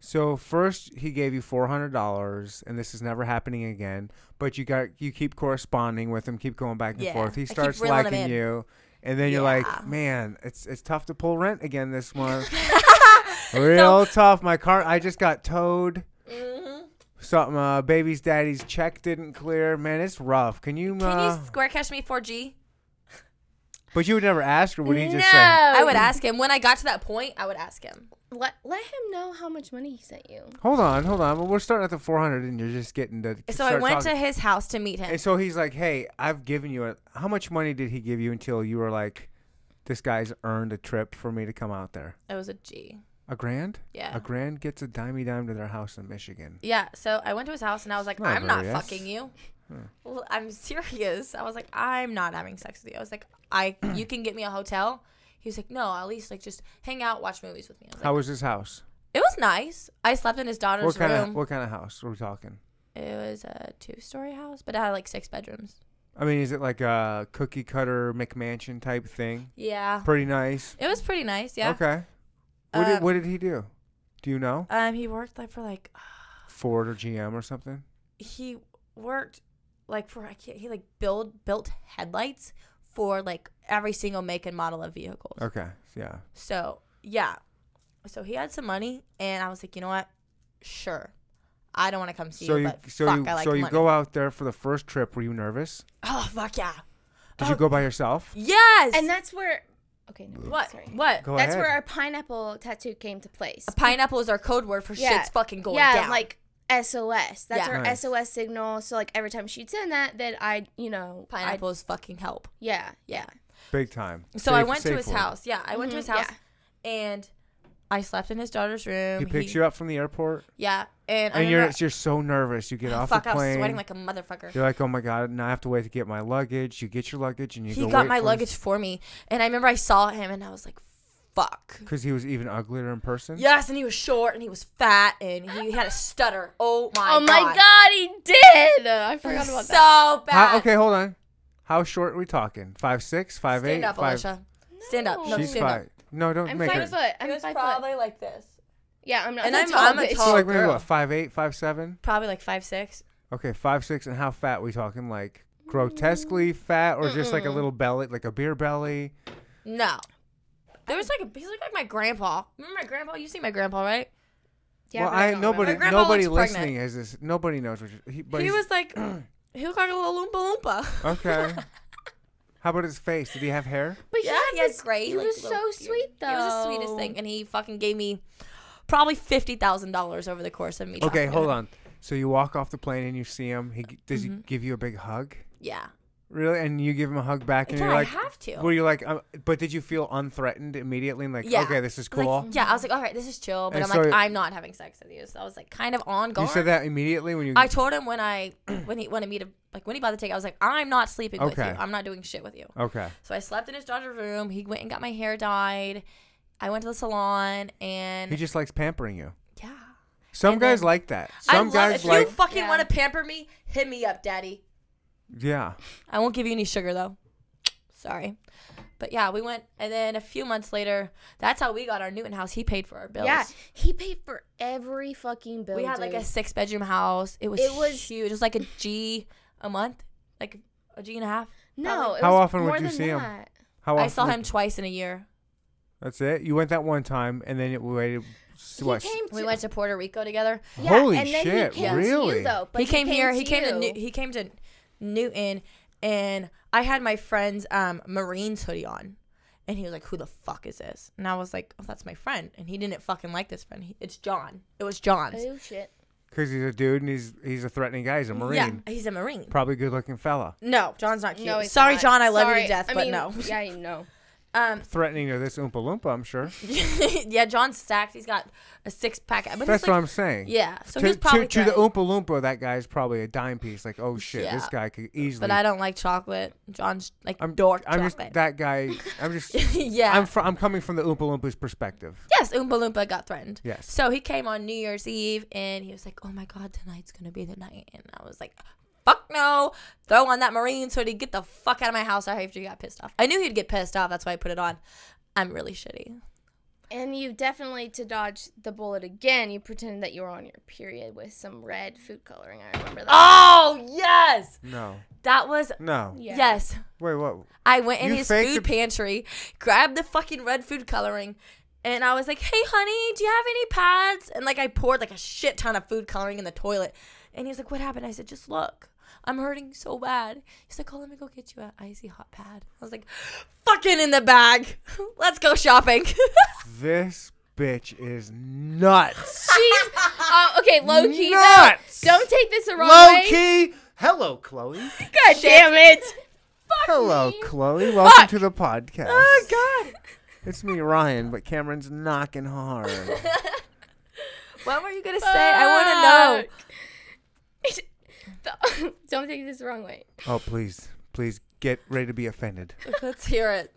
Speaker 2: So first he gave you four hundred dollars, and this is never happening again. But you got you keep corresponding with him, keep going back and
Speaker 3: Yeah,
Speaker 2: forth.
Speaker 3: I
Speaker 2: He
Speaker 3: keep
Speaker 2: starts
Speaker 3: reeling him
Speaker 2: liking
Speaker 3: in.
Speaker 2: you, and then you're
Speaker 3: Yeah.
Speaker 2: like, man, it's it's tough to pull rent again this month. Real tough. My car, I just got towed.
Speaker 3: Mm-hmm.
Speaker 2: Something, uh, baby's daddy's check didn't clear. Man, it's rough. Can you?
Speaker 3: Can
Speaker 2: uh,
Speaker 3: you square cash me 4G?
Speaker 2: but you would never ask, or would he
Speaker 1: no.
Speaker 2: just say,
Speaker 3: I would ask him. When I got to that point, I would ask him.
Speaker 1: Let, let him know how much money he sent you.
Speaker 2: "Hold on, hold on, but we're starting at the four hundred, and you're just getting to."
Speaker 3: So I went to his house to meet him.
Speaker 2: And so he's like, "Hey, I've given you a. How much money did he give you until you were like, this guy's earned a trip for me to come out there?
Speaker 3: It was a G.
Speaker 2: A grand?
Speaker 3: Yeah.
Speaker 2: A grand gets a dimey dime to their house in Michigan.
Speaker 3: Yeah, so I went to his house and I was like,
Speaker 2: Not
Speaker 3: I'm not
Speaker 2: very nice.
Speaker 3: fucking you. Well, I'm serious. I was like, I'm not having sex with you. I was like, I you can get me a hotel. He was like, No, at least like just hang out, watch movies with me. I was like,
Speaker 2: How was his house?
Speaker 3: it was nice. I slept in his daughter's
Speaker 2: What kind
Speaker 3: room.
Speaker 2: of what kind of house are we talking?
Speaker 3: It was a two-story house, but it had like six bedrooms.
Speaker 2: I mean, is it like a cookie cutter McMansion type thing?
Speaker 3: Yeah,
Speaker 2: Pretty nice.
Speaker 3: it was pretty nice. Uh, Yeah.
Speaker 2: Okay. What did
Speaker 3: Um,
Speaker 2: what did he do? Do you know?
Speaker 3: Um, he worked like for like
Speaker 2: Ford or GM or something?
Speaker 3: he worked like for I can't he like build built headlights for like every single make and model of vehicles.
Speaker 2: Okay. Yeah.
Speaker 3: So yeah, so he had some money, and I was like, you know what? Sure, I don't want to come see
Speaker 2: So
Speaker 3: you,
Speaker 2: you
Speaker 3: but
Speaker 2: so
Speaker 3: fuck,
Speaker 2: you
Speaker 3: I like
Speaker 2: so you
Speaker 3: money.
Speaker 2: go out there for the first trip. Were you nervous?
Speaker 3: oh fuck yeah,
Speaker 2: Did you
Speaker 3: Oh.
Speaker 2: go by yourself?
Speaker 3: yes.
Speaker 1: And that's where. Okay, no,
Speaker 3: what?
Speaker 1: Sorry.
Speaker 3: What?
Speaker 2: Go
Speaker 1: that's
Speaker 2: ahead.
Speaker 1: where our pineapple tattoo came to place.
Speaker 3: Pineapple is our code word for
Speaker 1: Yeah.
Speaker 3: shit's fucking going
Speaker 1: yeah,
Speaker 3: down.
Speaker 1: like SOS. That's
Speaker 3: Yeah.
Speaker 1: our
Speaker 2: Nice.
Speaker 1: SOS signal. So like every time she'd send that, then I, you know, I'd-
Speaker 3: pineapple is fucking help.
Speaker 1: yeah, yeah.
Speaker 2: Big time.
Speaker 3: So I
Speaker 2: Safe-
Speaker 3: went to
Speaker 2: safe
Speaker 3: his
Speaker 2: word.
Speaker 3: house. Yeah, I went to
Speaker 1: Mhm,
Speaker 3: his house, and I slept in his daughter's room.
Speaker 2: He picks you up from the airport,
Speaker 3: Yeah, and, I
Speaker 2: and you're
Speaker 3: remember- Oh,
Speaker 2: you're so nervous. You get off
Speaker 3: fuck,
Speaker 2: the
Speaker 3: I was
Speaker 2: plane.
Speaker 3: sweating like a motherfucker.
Speaker 2: you're like, oh my god, now I have to wait to get my luggage. You get your luggage, and you
Speaker 3: He
Speaker 2: go
Speaker 3: got
Speaker 2: wait
Speaker 3: my
Speaker 2: for
Speaker 3: luggage for me, and I remember I saw him, and I was like, fuck.
Speaker 2: because he was even uglier in person.
Speaker 3: Yes, and he was short and he was fat and he had a stutter. Oh my
Speaker 1: oh
Speaker 3: god.
Speaker 1: my god, he did! Uh, I forgot about
Speaker 3: so
Speaker 1: that.
Speaker 3: bad.
Speaker 2: How, okay, hold on. How short are we talking? Five six, five
Speaker 3: Stand
Speaker 2: eight,
Speaker 3: up,
Speaker 2: five-
Speaker 3: Alicia. Stand up. No,
Speaker 2: She's
Speaker 3: stand up.
Speaker 2: five. No, don't
Speaker 1: I'm
Speaker 2: make
Speaker 1: five
Speaker 2: her.
Speaker 1: foot. I'm five foot.
Speaker 3: like this.
Speaker 1: Yeah, I'm not.
Speaker 3: And
Speaker 1: I'm,
Speaker 3: I'm-
Speaker 1: tall,
Speaker 3: I'm a
Speaker 1: bitch.
Speaker 2: So
Speaker 3: tall-
Speaker 2: like maybe
Speaker 3: girl.
Speaker 2: what? Five eight, five seven.
Speaker 3: Probably like five six.
Speaker 2: Okay, five six. And how fat we talking? Like
Speaker 3: Mm.
Speaker 2: grotesquely fat, or just like a little belly, like a beer belly?
Speaker 3: No. There was like a, he's like, like my grandpa. Remember my grandpa? You see my grandpa, right?
Speaker 1: Yeah,
Speaker 2: well,
Speaker 1: but I
Speaker 2: I,
Speaker 1: don't
Speaker 2: nobody
Speaker 1: remember.
Speaker 3: My grandpa
Speaker 2: nobody
Speaker 3: looks pregnant.
Speaker 2: listening has this. Nobody knows what you're, he, but
Speaker 3: he
Speaker 2: he's- Uh,
Speaker 3: was like he looked like a little Oompa Loompa.
Speaker 2: Okay. How about his face? Did he have hair?
Speaker 1: But
Speaker 3: yeah, he
Speaker 1: had
Speaker 3: had gray.
Speaker 1: He
Speaker 3: like,
Speaker 1: was so
Speaker 3: little beard.
Speaker 1: sweet though.
Speaker 3: It was the sweetest thing, and he fucking gave me probably fifty thousand dollars over the course of me.
Speaker 2: Okay,
Speaker 3: talking to
Speaker 2: hold
Speaker 3: him.
Speaker 2: on. So you walk off the plane and you see him. He g- does
Speaker 3: Mm-hmm.
Speaker 2: he give you a big hug?
Speaker 3: Yeah,
Speaker 2: Really? And you give him a hug back, and
Speaker 3: yeah,
Speaker 2: you're like,
Speaker 3: I have to.
Speaker 2: were you like, um, but did you feel unthreatened immediately? And like,
Speaker 3: Yeah.
Speaker 2: okay, this is
Speaker 3: I was
Speaker 2: cool.
Speaker 3: Like, yeah, I was like, all right, this is chill, but
Speaker 2: And
Speaker 3: I'm
Speaker 2: so-
Speaker 3: like, I'm not having sex with you. So I was like, kind of on guard.
Speaker 2: you said that immediately when you.
Speaker 3: I told him when I when he wanted me to like when he bought the ticket, I was like, I'm not sleeping with
Speaker 2: Okay.
Speaker 3: you. I'm not doing shit with you.
Speaker 2: okay.
Speaker 3: So I slept in his daughter's room. He went and got my hair dyed. I went to the salon and
Speaker 2: He just likes pampering you.
Speaker 3: yeah.
Speaker 2: Some
Speaker 3: And
Speaker 2: guys
Speaker 3: then-
Speaker 2: like that.
Speaker 3: I
Speaker 2: Some
Speaker 3: love
Speaker 2: guys
Speaker 3: if
Speaker 2: like.
Speaker 3: you fucking
Speaker 1: Yeah.
Speaker 3: want to pamper me, hit me up, daddy.
Speaker 2: yeah.
Speaker 3: I won't give you any sugar though. Sorry. But yeah, we went and then a few months later, that's how we got our Newton house. He paid for our bills.
Speaker 1: Yeah, he paid for every fucking bill.
Speaker 3: We had like
Speaker 1: dude.
Speaker 3: a six bedroom house. It was
Speaker 1: It was-
Speaker 3: huge. It was like a G a month, like a G and a half.
Speaker 1: no. It
Speaker 2: How
Speaker 1: was
Speaker 2: often would
Speaker 1: more
Speaker 2: you
Speaker 1: than
Speaker 2: see him?
Speaker 1: that.
Speaker 2: How
Speaker 3: I
Speaker 2: often
Speaker 3: saw
Speaker 2: would-
Speaker 3: him twice in a year.
Speaker 2: That's it. You went that one time, and then it waited. s-
Speaker 1: He
Speaker 2: What?
Speaker 1: came to
Speaker 3: We went to Puerto Rico together.
Speaker 1: Yeah,
Speaker 2: Holy
Speaker 1: and then
Speaker 2: shit,
Speaker 1: He came To
Speaker 2: really?
Speaker 1: you, though, but
Speaker 3: he came here. He came to
Speaker 1: you.
Speaker 3: New- he came to Newton, and I had my friend's um, Marines hoodie on, and he was like, "Who the fuck is this?" And I was like, "Oh, that's my friend." And he didn't fucking like this friend. He, it's John. It was John's.
Speaker 1: Oh shit!
Speaker 2: Because he's a dude, and he's he's a threatening guy. He's a marine.
Speaker 3: Yeah, he's a Marine.
Speaker 2: Probably good looking fella.
Speaker 3: No, John's not cute.
Speaker 1: No, he's
Speaker 3: Sorry,
Speaker 1: not.
Speaker 3: John. I love you
Speaker 1: Sorry.
Speaker 3: to death,
Speaker 1: I
Speaker 3: but
Speaker 1: mean,
Speaker 3: no.
Speaker 1: Yeah, you know.
Speaker 3: Um,
Speaker 2: Threatening to this Oompa Loompa, I'm sure.
Speaker 3: yeah, John's stacked. He's got a six pack. But he's
Speaker 2: That's what
Speaker 3: like,
Speaker 2: I'm saying.
Speaker 3: Yeah, so
Speaker 2: to,
Speaker 3: he's probably
Speaker 2: to, to the
Speaker 3: threatened.
Speaker 2: Oompa Loompa, that guy's probably a dime piece. Like, oh shit,
Speaker 3: Yeah.
Speaker 2: this guy could easily.
Speaker 3: But I don't like chocolate. John's like
Speaker 2: I'm
Speaker 3: dork
Speaker 2: I'm just
Speaker 3: chocolate.
Speaker 2: that guy. I'm just.
Speaker 3: yeah.
Speaker 2: I'm fr- I'm coming from the Oompa Loompa's perspective.
Speaker 3: yes, Oompa Loompa got threatened.
Speaker 2: Yes.
Speaker 3: So he came on New Year's Eve and he was like, "Oh my God, tonight's gonna be the night," and I was like. Fuck no! Throw on that Marines hoodie. Get the fuck out of my house. I after you got pissed off. I knew he'd get pissed off. That's why I put it on. I'm really shitty.
Speaker 1: And you definitely, to dodge the bullet again, you pretended that you were on your period with some red food coloring. I remember that.
Speaker 3: Oh yes,
Speaker 2: No.
Speaker 3: that was
Speaker 2: No.
Speaker 1: Yeah.
Speaker 3: yes.
Speaker 2: Wait, what?
Speaker 3: I went in
Speaker 2: You
Speaker 3: his
Speaker 2: faked
Speaker 3: food
Speaker 2: the-
Speaker 3: pantry, grabbed the fucking red food coloring, and I was like, "Hey, honey, do you have any pads?" And like I poured like a shit ton of food coloring in the toilet, and he's like, "What happened?" I said, "Just look." I'm hurting so bad. He's like, oh, let me go get you a icy hot pad. I was like, fucking in the bag. Let's go shopping.
Speaker 2: This bitch is nuts.
Speaker 1: She's uh, okay, low key. though.
Speaker 2: Nuts.
Speaker 1: Don't take this the wrong
Speaker 2: Low
Speaker 1: way.
Speaker 2: key. Hello, Chloe.
Speaker 1: God damn it!
Speaker 2: Hello, Chloe. Welcome to the podcast.
Speaker 3: Oh, God.
Speaker 2: It's me, Ryan, but Cameron's knocking hard.
Speaker 3: What were you going to say? I want to know.
Speaker 1: Fuck. Don't take this the wrong way.
Speaker 2: oh, please, please get ready to be offended.
Speaker 3: Let's hear it.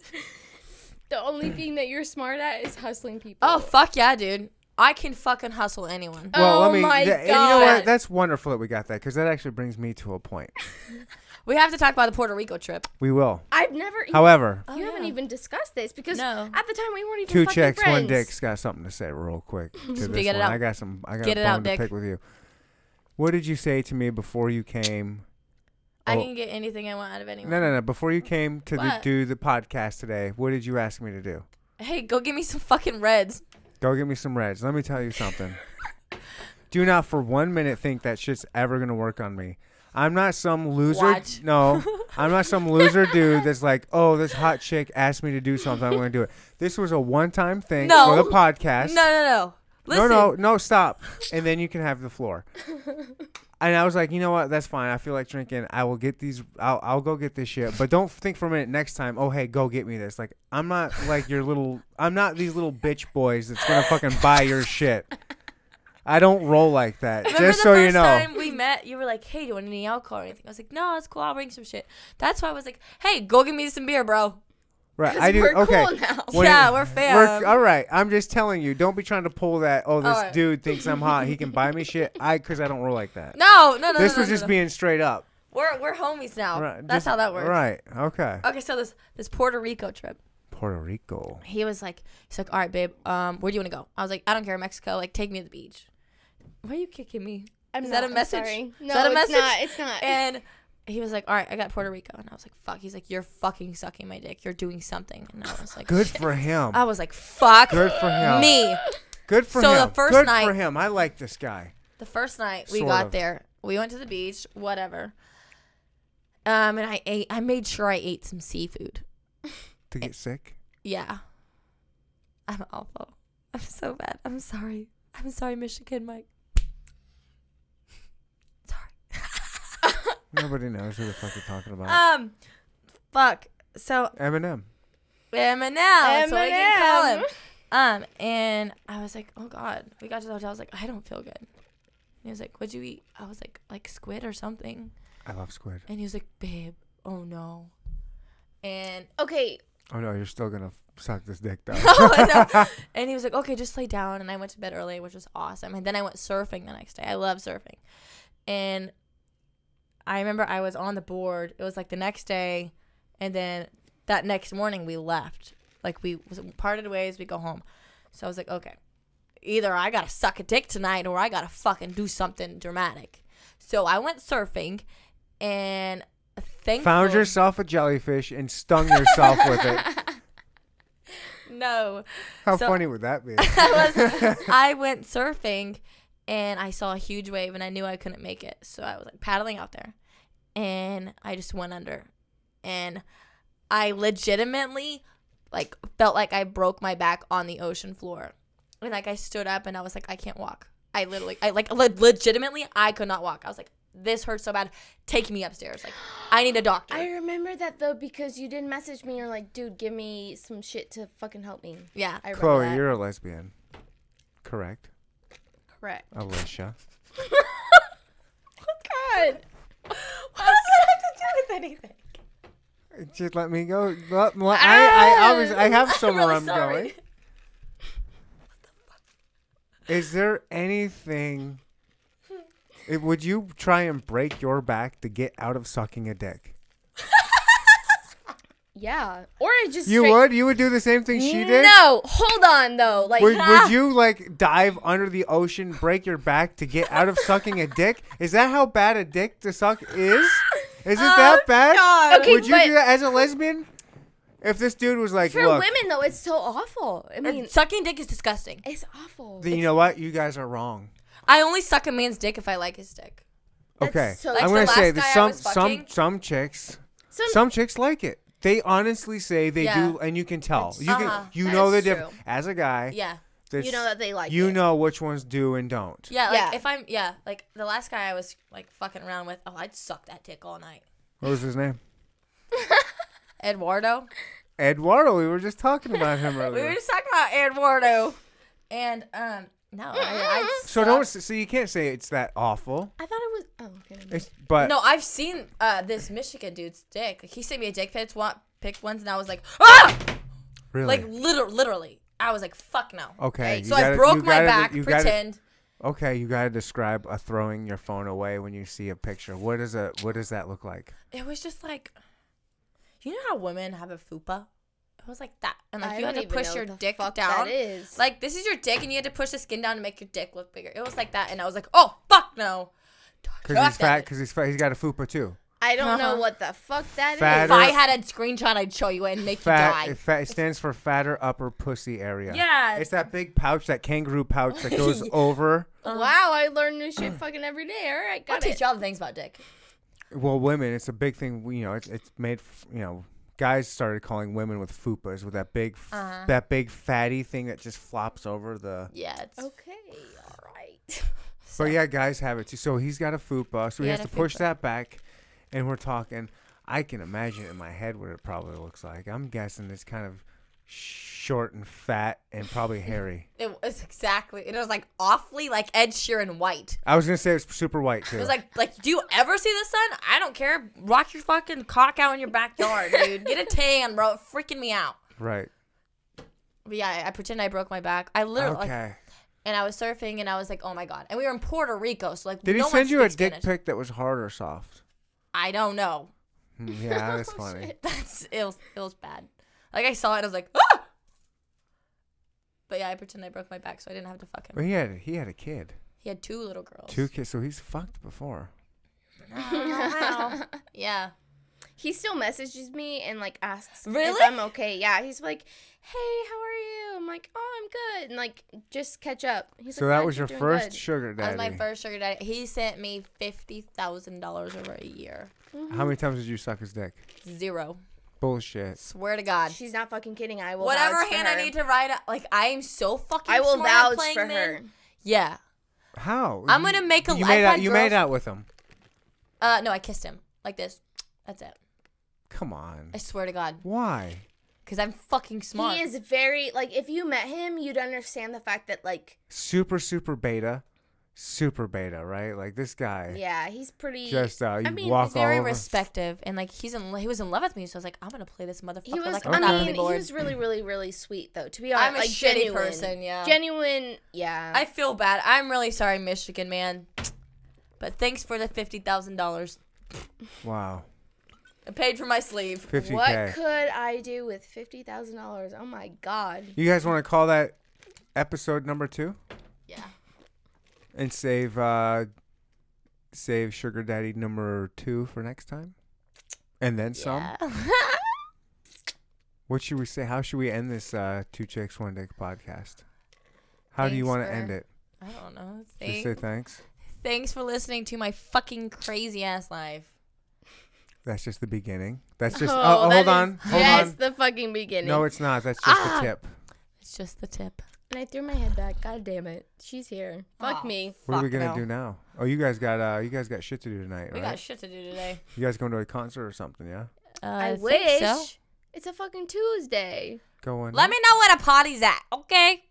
Speaker 1: The only thing that you're smart at is hustling people.
Speaker 3: Oh, fuck yeah, dude. I can fucking hustle anyone.
Speaker 1: Oh my
Speaker 2: and you know
Speaker 1: God.
Speaker 2: what? That's wonderful that we got that because that actually brings me to a point.
Speaker 3: We have to talk about the Puerto Rico trip.
Speaker 2: We will.
Speaker 1: I've never. Even,
Speaker 2: However,
Speaker 1: you haven't
Speaker 3: yeah.
Speaker 1: even discussed this because
Speaker 3: No.
Speaker 1: at the time we weren't even
Speaker 2: two
Speaker 1: fucking
Speaker 2: chicks,
Speaker 1: friends.
Speaker 2: one dick's got something to say real quick. To this
Speaker 3: Speak it
Speaker 2: one.
Speaker 3: out.
Speaker 2: I got some. I got
Speaker 3: Get
Speaker 2: a
Speaker 3: it
Speaker 2: bone
Speaker 3: out,
Speaker 2: to
Speaker 3: Dick.
Speaker 2: pick with you. What did you say to me before you came?
Speaker 3: I
Speaker 2: Oh.
Speaker 3: can get anything I want out of anyone.
Speaker 2: No, no, no. Before you came to the,
Speaker 3: What?
Speaker 2: do the podcast today, what did you ask me to do?
Speaker 3: Hey, go give me some fucking reds.
Speaker 2: Go get me some reds. Let me tell you something. Do not for one minute think that shit's ever gonna work on me. I'm not some loser.
Speaker 3: Watch.
Speaker 2: No, I'm not some loser dude that's like, oh, this hot chick asked me to do something. I'm gonna do it. This was a one-time thing
Speaker 3: No.
Speaker 2: for the podcast.
Speaker 3: No, no, no. Listen.
Speaker 2: no, no, no, stop. And then you can have the floor. And I was like, you know what? That's fine. I feel like drinking. I will get these. I'll, I'll go get this shit. But don't think for a minute next time. Oh, hey, go get me this. Like, I'm not like your little. I'm not these little bitch boys that's gonna fucking buy your shit. I don't roll like that.
Speaker 3: Remember
Speaker 2: just
Speaker 3: the
Speaker 2: so
Speaker 3: first
Speaker 2: you know.
Speaker 3: time we met, you were like, "Hey, do you want any alcohol or anything?" I was like, "No, it's cool. I'll bring some shit." That's why I was like, "Hey, go get me some beer, bro."
Speaker 2: Right. I do.
Speaker 1: We're
Speaker 2: okay.
Speaker 1: cool now.
Speaker 2: When-
Speaker 3: yeah, we're fam.
Speaker 2: We're, all right. I'm just telling you. Don't be trying to pull that. Oh, this
Speaker 3: right.
Speaker 2: dude thinks I'm hot. He can buy me shit. I because I don't roll like that.
Speaker 3: no, no, no.
Speaker 2: this
Speaker 3: no,
Speaker 2: was
Speaker 3: no,
Speaker 2: just
Speaker 3: no.
Speaker 2: being straight up.
Speaker 3: We're we're homies now.
Speaker 2: Right.
Speaker 3: That's
Speaker 2: just-
Speaker 3: how that works.
Speaker 2: Right. Okay.
Speaker 3: Okay, so this this Puerto Rico trip.
Speaker 2: Puerto Rico.
Speaker 3: he was like, he's like, all right, babe, um, where do you want to go? I was like, I don't care, Mexico. Like, take me to the beach. Why are you kicking me?
Speaker 1: I'm
Speaker 3: Is
Speaker 1: not,
Speaker 3: that a
Speaker 1: I'm
Speaker 3: message?
Speaker 1: sorry.
Speaker 3: Is
Speaker 1: No,
Speaker 3: that a
Speaker 1: it's
Speaker 3: message?
Speaker 1: not. It's not.
Speaker 3: And he was like, all right, I got Puerto Rico, and I was like, fuck. He's like, you're fucking sucking my dick. You're doing something, and I was like,
Speaker 2: Good
Speaker 3: shit.
Speaker 2: for him.
Speaker 3: I was like, fuck.
Speaker 2: Good for him.
Speaker 3: Me.
Speaker 2: Good for
Speaker 3: So
Speaker 2: him.
Speaker 3: the first
Speaker 2: Good
Speaker 3: night-
Speaker 2: for him. I like this guy.
Speaker 3: The first night we
Speaker 2: Sort
Speaker 3: got
Speaker 2: of.
Speaker 3: there, we went to the beach, whatever. Um, and I ate. I made sure I ate some seafood.
Speaker 2: To get sick.
Speaker 3: Yeah. I'm awful. I'm so bad. I'm sorry. I'm sorry, Michigan Mike. Sorry.
Speaker 2: Nobody knows who the fuck you're talking about.
Speaker 3: um, fuck. So
Speaker 2: Eminem.
Speaker 3: Eminem. That's what I can call him.
Speaker 1: Eminem.
Speaker 3: Um, and I was like, oh god. We got to the hotel. I was like, I don't feel good. And he was like, what'd you eat? I was like, like squid or something.
Speaker 2: I love squid.
Speaker 3: And he was like, babe, oh no. And
Speaker 1: Okay,
Speaker 2: Oh no, you're still gonna f- suck this dick though.
Speaker 3: Oh, no. And he was like, okay, just lay down. And I went to bed early, which was awesome. And then I went surfing the next day. I love surfing. And I remember I was on the board. It was like the next day. And then that next morning, we left. Like we was- parted ways, we go home. So I was like, okay, either I got to suck a dick tonight or I got to fucking do something dramatic. So I went surfing and thankfully.
Speaker 2: Found yourself a jellyfish and stung yourself with it.
Speaker 3: No.
Speaker 2: How
Speaker 3: So-
Speaker 2: funny would that be?
Speaker 3: I was I went surfing and I saw a huge wave and I knew I couldn't make it. So I was like paddling out there and I just went under. And I legitimately like felt like I broke my back on the ocean floor. And like I stood up and I was like I can't walk. I literally I like le- legitimately I could not walk. I was like this hurts so bad. Take me upstairs. Like I need a doctor.
Speaker 1: I remember that though because you didn't message me. You're like, dude, give me some shit to fucking help me.
Speaker 3: yeah.
Speaker 1: I remember
Speaker 2: Chloe,
Speaker 1: that.
Speaker 2: you're a lesbian. Correct.
Speaker 1: correct.
Speaker 2: Alicia.
Speaker 1: God.
Speaker 3: What does that have to do with anything?
Speaker 2: Just let me go. Let- let- I, I,
Speaker 1: Ah,
Speaker 2: obviously, I have
Speaker 3: I'm
Speaker 2: somewhere
Speaker 3: really
Speaker 2: I'm
Speaker 3: sorry.
Speaker 2: going. Is there anything? eh, Would you try and break your back to get out of sucking a dick?
Speaker 1: Yeah. Or just
Speaker 2: You
Speaker 1: straight-
Speaker 2: would? You would do the same thing she did?
Speaker 1: No, hold on though. Like
Speaker 2: Would, would you like dive under the ocean, break your back to get out of sucking a dick? Is that how bad a dick to suck is? Is it that bad?
Speaker 3: God.
Speaker 1: Oh, Okay,
Speaker 2: Would you
Speaker 1: but-
Speaker 2: do that as a lesbian? If this dude was like,
Speaker 1: for
Speaker 2: look,
Speaker 1: women though, it's so awful. I mean,
Speaker 3: Sucking dick is disgusting.
Speaker 1: it's awful.
Speaker 2: then you know what? You guys are wrong.
Speaker 3: I only suck a man's dick if I like his dick.
Speaker 2: Okay,
Speaker 1: so-
Speaker 2: I'm
Speaker 1: Like
Speaker 2: gonna
Speaker 3: the
Speaker 2: say
Speaker 3: last
Speaker 2: that
Speaker 3: guy I
Speaker 2: some
Speaker 3: was
Speaker 2: some
Speaker 3: fucking-
Speaker 2: some chicks
Speaker 1: Some-
Speaker 2: some chicks like it. They honestly say they
Speaker 3: Yeah.
Speaker 2: do, and you can tell. You
Speaker 3: Uh-huh.
Speaker 2: can you
Speaker 1: That
Speaker 2: know the
Speaker 1: is
Speaker 2: difference
Speaker 1: true.
Speaker 2: as a guy.
Speaker 3: Yeah.
Speaker 2: that's-
Speaker 1: You know that they like
Speaker 2: you
Speaker 1: it.
Speaker 2: know which ones do and don't.
Speaker 3: Yeah, like
Speaker 1: Yeah.
Speaker 3: if I'm yeah, like the last guy I was like fucking around with, oh I'd suck that dick all night.
Speaker 2: What was his name?
Speaker 3: Eduardo.
Speaker 2: Eduardo. We were just talking about him
Speaker 3: We were
Speaker 2: earlier.
Speaker 3: just talking about Eduardo. And um no, I, I'd
Speaker 2: So
Speaker 3: suck-
Speaker 2: don't. s- So you can't say it's that awful.
Speaker 1: I thought it was. Oh, okay.
Speaker 2: It's but
Speaker 3: No, I've seen uh this Michigan dude's dick. Like, he sent me a dick pic one pic once and I was like, Ah
Speaker 2: really.
Speaker 3: Like literally literally. I was like, fuck no.
Speaker 2: okay. you
Speaker 3: So
Speaker 2: gotta-
Speaker 3: I broke
Speaker 2: you
Speaker 3: my
Speaker 2: gotta-
Speaker 3: back,
Speaker 2: you gotta-
Speaker 3: pretend.
Speaker 2: okay, you gotta describe a throwing your phone away when you see a picture. What does a what does that look like?
Speaker 3: it was just like you know how women have a fupa it was like that and like
Speaker 1: I
Speaker 3: you had
Speaker 1: don't
Speaker 3: to
Speaker 1: even
Speaker 3: push
Speaker 1: know
Speaker 3: your
Speaker 1: what the
Speaker 3: dick
Speaker 1: fuck
Speaker 3: down
Speaker 1: that is.
Speaker 3: like this is your dick and you had to push the skin down to make your dick look bigger it was like that and i was like oh fuck no
Speaker 2: Because
Speaker 3: Fuck
Speaker 2: he's fat.
Speaker 3: that.
Speaker 2: Because he's fat. He's got a fupa too.
Speaker 1: I don't know
Speaker 3: Uh-huh.
Speaker 1: what the fuck that is.
Speaker 2: Fat-
Speaker 3: if i had a screenshot i'd show you it and make
Speaker 2: Fat.
Speaker 3: you die
Speaker 2: It, fat. It stands for fatter upper pussy area.
Speaker 3: Yeah.
Speaker 2: It's that big pouch, that kangaroo pouch that goes over.
Speaker 1: Wow, I learn new shit fucking every day. All right,
Speaker 3: i
Speaker 1: got
Speaker 3: teach
Speaker 1: it.
Speaker 3: y'all the things about dick
Speaker 2: Well, women. It's a big thing. You know. It's it's made. f- You know. Guys started calling women with fupas with that big, f-
Speaker 3: Uh-huh.
Speaker 2: that big fatty thing that just flops over the.
Speaker 3: yeah it's
Speaker 1: Okay, all right.
Speaker 2: But yeah, guys have it too. So he's got a fupa, so he,
Speaker 3: He
Speaker 2: has to
Speaker 3: had a
Speaker 2: push
Speaker 3: fupa.
Speaker 2: that back, and we're talking. I can imagine in my head what it probably looks like. I'm guessing it's kind of short and fat and probably hairy.
Speaker 3: it was exactly it was like awfully like ed sheeran white
Speaker 2: I was gonna say it's super white too.
Speaker 3: it was like like do you ever see the sun i don't care rock your fucking cock out in your backyard dude get a tan bro It freaking me out
Speaker 2: right.
Speaker 3: But yeah, I, I pretend I broke my back. I literally, like,
Speaker 2: Okay.
Speaker 3: and I was surfing, and I was like, "Oh my god!" And we were in Puerto Rico, so like,
Speaker 2: Did
Speaker 3: no
Speaker 2: he
Speaker 3: one
Speaker 2: send you a
Speaker 3: speaks
Speaker 2: dick
Speaker 3: Spanish.
Speaker 2: pic that was hard or soft?
Speaker 3: I don't know.
Speaker 2: Hmm, Yeah, that's funny.
Speaker 3: That's it was it was bad. Like I saw it, I was like, "Ah!" But yeah, I pretend I broke my back, so I didn't have to fuck him.
Speaker 2: But he had he had a kid,
Speaker 3: He had two little girls.
Speaker 2: two kids, so he's fucked before.
Speaker 1: Oh,
Speaker 3: Wow. yeah.
Speaker 1: He still messages me and like asks
Speaker 3: Really?
Speaker 1: if I'm okay. Yeah, he's like, "Hey, how are you?" I'm like, "Oh, I'm good." And like, just catch up. He's
Speaker 2: So
Speaker 1: like,
Speaker 2: that
Speaker 1: "Glad
Speaker 2: was your
Speaker 1: you're doing
Speaker 2: first
Speaker 1: good."
Speaker 2: sugar
Speaker 3: That
Speaker 2: daddy.
Speaker 3: was my first sugar daddy. He sent me fifty thousand dollars over a year.
Speaker 2: How
Speaker 3: mm."
Speaker 2: many times did you suck his dick?
Speaker 3: Zero.
Speaker 2: Bullshit.
Speaker 3: Swear to God.
Speaker 1: She's not fucking kidding. I will.
Speaker 3: Whatever
Speaker 1: vouch for
Speaker 3: hand I
Speaker 1: her.
Speaker 3: need to ride, like I am so fucking.
Speaker 1: I will
Speaker 3: smart at
Speaker 1: vouch
Speaker 3: playing
Speaker 1: for
Speaker 3: men.
Speaker 1: her.
Speaker 3: Yeah.
Speaker 2: How?
Speaker 3: I'm
Speaker 2: You-
Speaker 3: gonna make a
Speaker 2: You
Speaker 3: life
Speaker 2: made out.
Speaker 3: on
Speaker 2: You
Speaker 3: girls-
Speaker 2: made out with him.
Speaker 3: Uh, no, I kissed him like this. That's it.
Speaker 2: Come on.
Speaker 3: I swear to God,
Speaker 2: Why?
Speaker 3: because I'm fucking smart.
Speaker 1: He is very like if you met him, you'd understand the fact that like
Speaker 2: Super, super beta. Super beta, right? Like this guy.
Speaker 1: yeah, he's pretty.
Speaker 2: Just uh, you
Speaker 1: I mean,
Speaker 2: walk all
Speaker 3: very
Speaker 2: over.
Speaker 3: respective, and like he's in, he was in love with me, so I was like, I'm gonna play this motherfucker
Speaker 1: He was.
Speaker 3: like a
Speaker 1: I
Speaker 3: monopoly
Speaker 1: mean,
Speaker 3: board.
Speaker 1: he was really, really, really sweet though. To be honest,
Speaker 3: I'm a
Speaker 1: like,
Speaker 3: shitty
Speaker 1: genuine.
Speaker 3: person, yeah.
Speaker 1: Genuine. Yeah.
Speaker 3: I feel bad. I'm really sorry, Michigan man, but thanks for the fifty thousand dollars.
Speaker 2: wow.
Speaker 3: I paid for my sleeve.
Speaker 2: Fifty
Speaker 1: what
Speaker 2: k.
Speaker 1: could I do with fifty thousand dollars? Oh my god.
Speaker 2: You guys want to call that episode number two
Speaker 3: Yeah.
Speaker 2: and save uh save sugar daddy number two for next time, and then some. What should we say? How should we end this uh two chicks one dick podcast? How do you
Speaker 3: Thanks
Speaker 2: want
Speaker 3: for-
Speaker 2: to end it?
Speaker 3: I don't know.
Speaker 2: Just say
Speaker 3: Thanks.
Speaker 2: thanks.
Speaker 3: thanks for listening to my fucking crazy ass life.
Speaker 2: That's just the beginning. That's just. Oh, oh,
Speaker 1: that
Speaker 2: hold
Speaker 1: is
Speaker 2: on. Hold
Speaker 1: just
Speaker 2: on.
Speaker 1: the fucking beginning.
Speaker 2: No, it's not. That's just
Speaker 3: Ah,
Speaker 2: the tip.
Speaker 3: It's just the tip.
Speaker 1: and I threw my head back. God damn it. She's here. Fuck
Speaker 3: Aw.
Speaker 1: me.
Speaker 2: What are we
Speaker 3: Fuck
Speaker 2: gonna
Speaker 3: no.
Speaker 2: do now? Oh, you guys got uh, you guys got shit to do tonight,
Speaker 3: We
Speaker 2: right?
Speaker 3: got shit to do today.
Speaker 2: you guys going to a concert or something? Yeah,
Speaker 3: Uh,
Speaker 1: I,
Speaker 3: think
Speaker 1: wish.
Speaker 3: so.
Speaker 1: It's a fucking Tuesday.
Speaker 2: going.
Speaker 3: Let me know where the party's at, okay?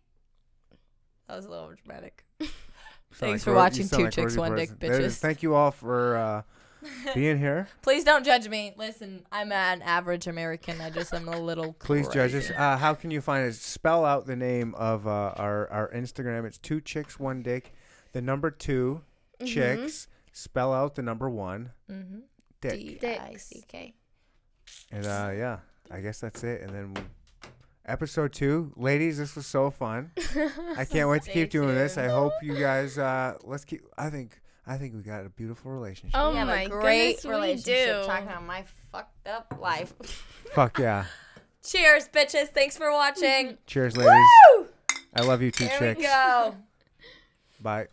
Speaker 3: That was a little dramatic. Thanks for watching Two Chicks, One Dick, bitches.
Speaker 2: Thank you all for uh, being here.
Speaker 3: Please don't judge me. Listen, I'm an average American. I just am a little.
Speaker 2: Please judge us.
Speaker 3: crazy.
Speaker 2: Uh, how can you find us? Spell out the name of uh, our our Instagram. It's Two Chicks, One Dick. The number 2
Speaker 3: Mm-hmm.
Speaker 2: chicks. Spell out the number one
Speaker 3: D
Speaker 2: dick.
Speaker 3: I C K.
Speaker 2: And uh, yeah, I guess that's it. And then episode two, ladies, this was so fun. I can't wait to
Speaker 3: Stay
Speaker 2: keep doing this. I
Speaker 3: tuned.
Speaker 2: hope you guys. Uh, let's keep. I think. I think we got a beautiful relationship.
Speaker 1: Oh
Speaker 3: we have
Speaker 1: my
Speaker 3: a great
Speaker 1: goodness,
Speaker 3: relationship
Speaker 1: we do.
Speaker 3: talking about my fucked up life.
Speaker 2: Fuck yeah!
Speaker 3: Cheers, bitches. Thanks for watching.
Speaker 2: Cheers, ladies.
Speaker 3: Woo!
Speaker 2: I love you, two
Speaker 3: There we
Speaker 2: chicks.
Speaker 3: go.
Speaker 2: Bye.